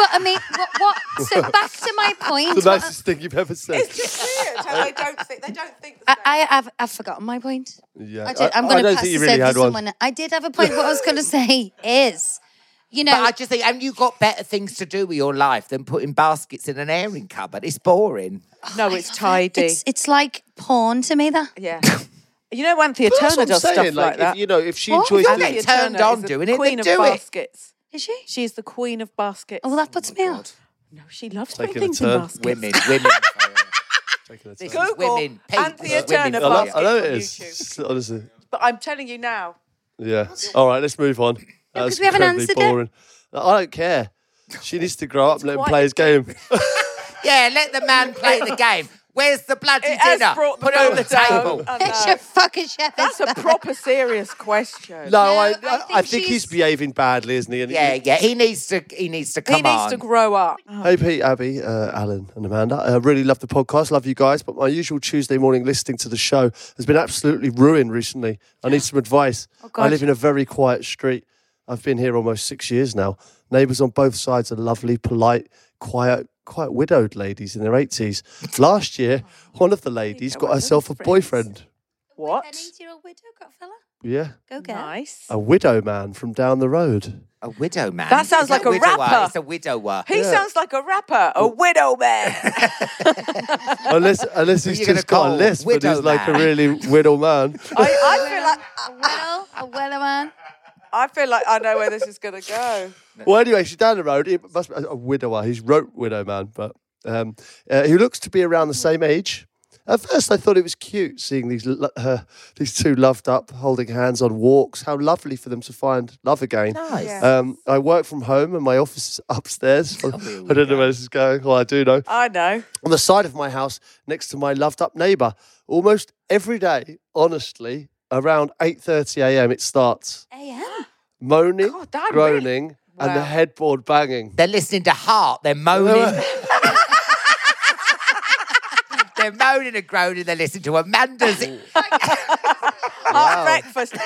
Speaker 4: but I mean, what? what so back to my point.
Speaker 1: the
Speaker 4: what-
Speaker 1: nicest thing you've ever said.
Speaker 3: It's just weird how they don't think. They don't think.
Speaker 4: I, I have I've forgotten my point.
Speaker 1: Yeah,
Speaker 4: I did,
Speaker 1: I-
Speaker 4: I'm
Speaker 1: I
Speaker 4: going
Speaker 1: don't
Speaker 4: to pass
Speaker 1: think you
Speaker 4: this
Speaker 1: really
Speaker 4: over
Speaker 1: had
Speaker 4: to
Speaker 1: one.
Speaker 4: someone. I did have a point. What I was going to say is, you know,
Speaker 2: But I just think, haven't you got better things to do with your life than putting baskets in an airing cupboard? It's boring.
Speaker 3: no, it's tidy.
Speaker 4: it's it's like porn to me. That
Speaker 3: yeah. You know, Anthea
Speaker 1: But that's
Speaker 3: Turner
Speaker 1: what I'm
Speaker 3: does
Speaker 1: saying,
Speaker 3: stuff like,
Speaker 1: like,
Speaker 3: that.
Speaker 1: If, you know, if she
Speaker 3: What?
Speaker 1: enjoys
Speaker 2: You're
Speaker 1: doing
Speaker 2: getting
Speaker 1: it,
Speaker 3: Anthea
Speaker 2: turned
Speaker 3: Turner
Speaker 2: on
Speaker 3: is the
Speaker 2: doing it, then
Speaker 3: Queen of
Speaker 2: do it.
Speaker 3: baskets.
Speaker 4: is she?
Speaker 3: She is the queen of baskets.
Speaker 4: Oh, well, that puts me out.
Speaker 3: no, she loves
Speaker 1: Taking
Speaker 3: putting
Speaker 1: a
Speaker 3: things in
Speaker 1: turn.
Speaker 3: baskets.
Speaker 2: Women, women.
Speaker 1: Taking the
Speaker 2: is
Speaker 1: time.
Speaker 3: Google
Speaker 2: women, people,
Speaker 3: Anthea
Speaker 2: women
Speaker 3: Turner
Speaker 1: I know,
Speaker 2: basket
Speaker 3: baskets
Speaker 1: I know
Speaker 3: on
Speaker 1: it
Speaker 3: YouTube.
Speaker 1: is. Honestly,
Speaker 3: But I'm telling you now,
Speaker 1: yeah. All right, let's move on. That's
Speaker 4: 'cause we haven't
Speaker 1: incredibly
Speaker 4: answered it.
Speaker 1: boring. I don't care. She needs to grow up and let him play his game.
Speaker 2: Yeah, let the man play the game. Where's the bloody
Speaker 3: It has
Speaker 2: dinner?
Speaker 3: brought the
Speaker 2: Put it on the
Speaker 3: boat down.
Speaker 2: table.
Speaker 3: I
Speaker 4: It's
Speaker 3: know.
Speaker 4: your fucking chef.
Speaker 3: That's a proper serious question.
Speaker 1: No,
Speaker 4: No,
Speaker 1: I, I,
Speaker 4: I
Speaker 1: I think,
Speaker 4: think
Speaker 1: he's
Speaker 4: she's-
Speaker 1: behaving badly, isn't he? And
Speaker 2: Yeah, yeah. He needs to. He needs to come
Speaker 3: he needs
Speaker 2: on.
Speaker 3: to grow up.
Speaker 1: Hey, Pete, Abby, uh, Alan, and Amanda. I really love the podcast. Love you guys. But my usual Tuesday morning listening to the show has been absolutely ruined recently. I need some advice. I live in a very quiet street. I've been here almost six years now. Neighbours on both sides are lovely, polite, quiet, quite widowed ladies in their 80s. Last year, one of the ladies got herself a boyfriend.
Speaker 3: What?
Speaker 4: An 80 year old widow got a fella?
Speaker 1: Yeah.
Speaker 4: Go get
Speaker 3: Nice.
Speaker 1: A widow man from down the road.
Speaker 2: A widow man.
Speaker 3: That sounds
Speaker 2: Is
Speaker 3: like a
Speaker 2: widower?
Speaker 3: rapper.
Speaker 2: It's a widower.
Speaker 3: He sounds like a rapper, a widow man.
Speaker 1: Unless, unless he's
Speaker 2: you gonna
Speaker 1: just got a
Speaker 2: call?
Speaker 1: list, but
Speaker 2: Widow
Speaker 1: he's like a
Speaker 2: man.
Speaker 1: really widow man.
Speaker 3: I, I feel like
Speaker 4: A widow, a widow man.
Speaker 3: I feel like I know where this is gonna go.
Speaker 1: Well, anyway, she's down the road. It must be a widower. He's wrote widow man, but um, uh, who looks to be around the same age. At first, I thought it was cute seeing these lo- uh, these two loved up, holding hands on walks. How lovely for them to find love again.
Speaker 2: Nice. Yeah.
Speaker 1: Um, I work from home, and my office is upstairs. I don't know where this is going. Well, I do know
Speaker 3: I know.
Speaker 1: on the side of my house next to my loved up neighbour. Almost every day, honestly, around 8:30 a.m. it starts.
Speaker 4: AM.
Speaker 1: Moaning,
Speaker 3: Eh, God, that really-
Speaker 1: groaning, and the
Speaker 3: Wow.
Speaker 1: headboard banging.
Speaker 2: They're listening to Heart. They're moaning. they're moaning and groaning. They're listening to Amanda's.
Speaker 3: Heart breakfast.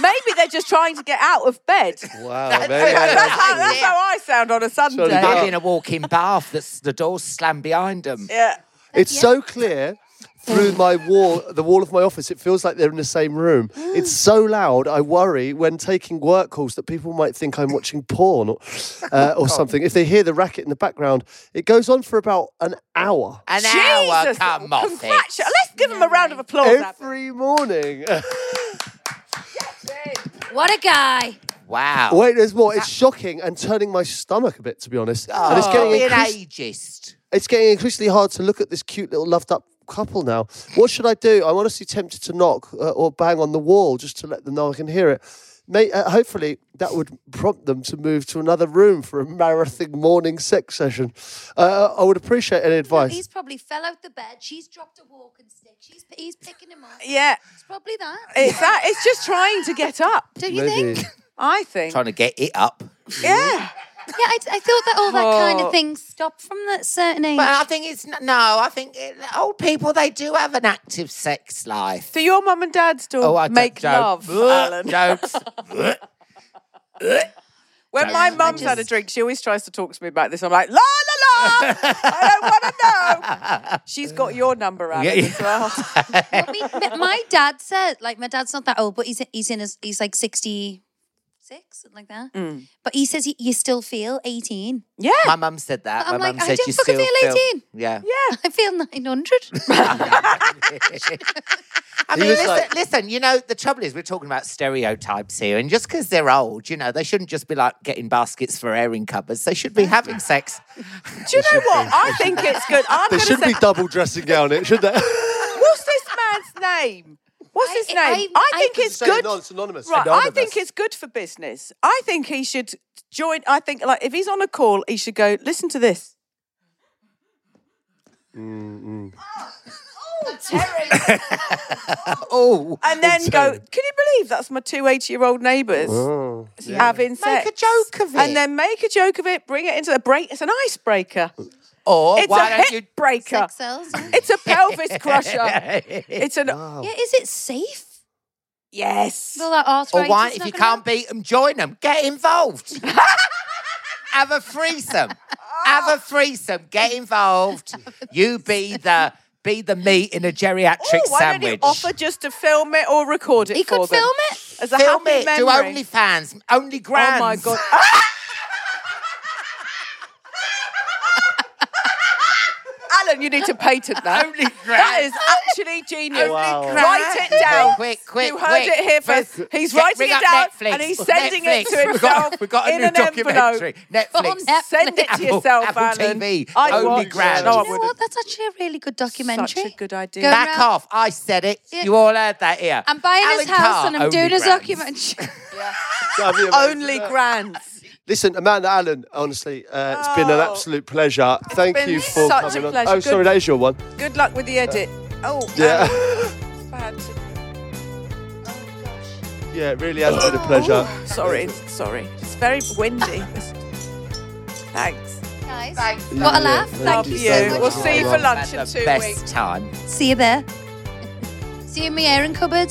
Speaker 3: Maybe they're just trying to get out of bed.
Speaker 1: Wow,
Speaker 2: very
Speaker 1: man.
Speaker 3: that's, how, that's how I sound on a Sunday.
Speaker 1: Surely not.
Speaker 2: Having a walk-in bath. That's the doors slam behind them.
Speaker 3: Yeah.
Speaker 1: It's so clear through my wall, the wall of my office. It feels like they're in the same room.
Speaker 3: Mm.
Speaker 1: It's so loud. I worry when taking work calls that people might think I'm watching porn or, uh, or something. If they hear the racket in the background, it goes on for about an hour
Speaker 2: An hour,
Speaker 3: Jesus.
Speaker 2: uh, come off it.
Speaker 3: congratu- Let's give them a round of applause. Abby.
Speaker 1: every morning.
Speaker 4: What a guy.
Speaker 2: Wow.
Speaker 1: Wait, there's more. It's shocking and turning my stomach a bit, to be honest. and
Speaker 3: Oh,
Speaker 1: it's getting
Speaker 2: Be an
Speaker 1: increas-
Speaker 2: ageist.
Speaker 1: it's getting increasingly hard to look at this cute little loved up couple now. What should I do? I'm honestly tempted to knock uh, or bang on the wall just to let them know I can hear it. May, uh, hopefully, that would prompt them to move to another room for a marathon morning sex session. Uh, I would appreciate any advice.
Speaker 4: He's probably fell out the bed. She's dropped a walking stick. She's, he's picking him up.
Speaker 3: Yeah.
Speaker 4: It's probably that.
Speaker 3: It's that. It's just trying to get up.
Speaker 4: Don't you
Speaker 1: Maybe.
Speaker 4: think?
Speaker 3: I think.
Speaker 2: Trying to get it up.
Speaker 3: Yeah.
Speaker 4: Yeah, I, I thought that all that kind
Speaker 3: Oh.
Speaker 4: of thing stopped from that certain age.
Speaker 2: But I think it's n- no. I think it, old people they do have an active sex life.
Speaker 3: So your mum and dad still
Speaker 2: Oh, I don't-
Speaker 3: make
Speaker 2: don't,
Speaker 3: love, Alan.
Speaker 2: Don't.
Speaker 3: When my mum's had a drink, she always tries to talk to me about this. I'm like, la la la. I don't want to know. She's got your number, Alan,
Speaker 2: yeah.
Speaker 3: as well.
Speaker 4: I mean, but my dad said, like, my dad's not that old, but he's he's in his, he's like sixty six, something like that. But he says y- you still feel eighteen.
Speaker 3: Yeah.
Speaker 2: My mum said that.
Speaker 4: But
Speaker 2: My
Speaker 4: I'm like,
Speaker 2: mum
Speaker 4: I
Speaker 2: said
Speaker 4: don't
Speaker 2: you
Speaker 4: fucking
Speaker 2: still
Speaker 4: feel 18.
Speaker 2: Yeah.
Speaker 3: Yeah.
Speaker 4: I feel nine hundred.
Speaker 2: I
Speaker 1: He
Speaker 2: mean,
Speaker 1: was
Speaker 2: listen,
Speaker 1: like-
Speaker 2: listen, you know, the trouble is we're talking about stereotypes here, and just because they're old, you know, they shouldn't just be like getting baskets for airing cupboards. They should be having sex.
Speaker 3: Do you know what? I think it's good. I'm
Speaker 1: They
Speaker 3: going to
Speaker 1: shouldn't
Speaker 3: say,
Speaker 1: be double dressing down it, should they?
Speaker 3: what's this man's name? What's his
Speaker 4: I-
Speaker 3: name?
Speaker 4: I-
Speaker 3: I,
Speaker 4: I-
Speaker 3: think it's good.
Speaker 1: anonymous.
Speaker 3: Right, I think it's good for business. I think he should join. I think like if he's on a call, he should go listen to this.
Speaker 2: Oh,
Speaker 3: and then go, can you believe that's my two 80 year old neighbours
Speaker 4: Oh.
Speaker 3: having sex?
Speaker 2: make a joke of it.
Speaker 3: And then make a joke of it, bring it into the break. It's an icebreaker.
Speaker 2: or
Speaker 3: It's
Speaker 2: Oh, why
Speaker 3: a
Speaker 2: don't
Speaker 3: hip
Speaker 2: you?
Speaker 3: breaker.
Speaker 4: Sex sells. Yeah.
Speaker 3: It's a pelvis crusher. It's an
Speaker 2: Oh.
Speaker 4: yeah, is it safe?
Speaker 3: yes.
Speaker 4: All that arthritis.
Speaker 2: Or why, if
Speaker 4: not
Speaker 2: you
Speaker 4: gonna
Speaker 2: can't
Speaker 4: help?
Speaker 2: beat them, join them. Get involved. Have a threesome. Have a threesome. Get involved. You be the be the meat in a geriatric
Speaker 3: Oh, why don't you
Speaker 2: sandwich.
Speaker 3: offer just to film it or record it
Speaker 4: He
Speaker 3: for
Speaker 4: could
Speaker 3: them?
Speaker 4: film it.
Speaker 3: As a
Speaker 2: Film
Speaker 3: happy
Speaker 2: it. Do
Speaker 3: memory.
Speaker 2: only fans, only
Speaker 3: oh
Speaker 2: grand.
Speaker 3: my god. Alan, you need to patent that.
Speaker 2: Only
Speaker 3: That
Speaker 2: grand.
Speaker 3: is actually genius.
Speaker 1: Wow.
Speaker 3: Write it down.
Speaker 2: Quick, quick,
Speaker 3: You heard
Speaker 2: quick.
Speaker 3: it here first.
Speaker 2: First,
Speaker 3: He's
Speaker 2: get-
Speaker 3: writing
Speaker 2: ring
Speaker 3: it
Speaker 2: up
Speaker 3: down
Speaker 2: Netflix.
Speaker 3: and he's sending it
Speaker 2: Netflix.
Speaker 3: to
Speaker 2: We got-
Speaker 3: himself
Speaker 2: we got a
Speaker 3: in
Speaker 2: new
Speaker 3: an envelope.
Speaker 2: documentary. Netflix.
Speaker 4: Netflix.
Speaker 3: Send it to
Speaker 2: Apple-
Speaker 3: yourself,
Speaker 2: Apple
Speaker 3: Alan.
Speaker 2: TV.
Speaker 3: I
Speaker 2: Only
Speaker 3: won't.
Speaker 2: grand.
Speaker 3: No, I
Speaker 4: You know
Speaker 3: wouldn't.
Speaker 4: what? That's actually a really good documentary.
Speaker 3: Such a good idea.
Speaker 4: Go
Speaker 2: Back
Speaker 4: around-
Speaker 2: off. I said it. You all heard that here.
Speaker 4: I'm buying
Speaker 2: Alan
Speaker 4: his house
Speaker 2: Carr,
Speaker 4: and I'm
Speaker 2: only
Speaker 4: doing his
Speaker 2: grands.
Speaker 4: documentary.
Speaker 1: That'd be amazing,
Speaker 3: Only
Speaker 1: wouldn't it?
Speaker 3: grand.
Speaker 1: Listen, Amanda Allen, honestly, uh, it's been an
Speaker 6: Oh.
Speaker 1: absolute pleasure. Thank
Speaker 6: been
Speaker 1: you for
Speaker 6: such a
Speaker 1: coming on.
Speaker 6: pleasure.
Speaker 1: Oh,
Speaker 6: Good-
Speaker 1: sorry, there's your one.
Speaker 6: Good luck with the edit. Oh,
Speaker 1: Yeah.
Speaker 6: um, bad.
Speaker 1: Yeah, it really has been a pleasure.
Speaker 6: Sorry, sorry. It's very windy. Thanks.
Speaker 4: Guys, what a laugh.
Speaker 1: Thank
Speaker 4: Thank
Speaker 6: Love
Speaker 4: you
Speaker 6: you.
Speaker 4: so much.
Speaker 6: We'll see you for lunch in
Speaker 2: Had the
Speaker 6: two
Speaker 2: best
Speaker 6: weeks.
Speaker 2: time.
Speaker 4: See you there. See you in my airing cupboard.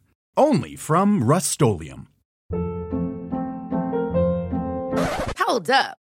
Speaker 7: Only from Rust-Oleum.
Speaker 3: Hold up.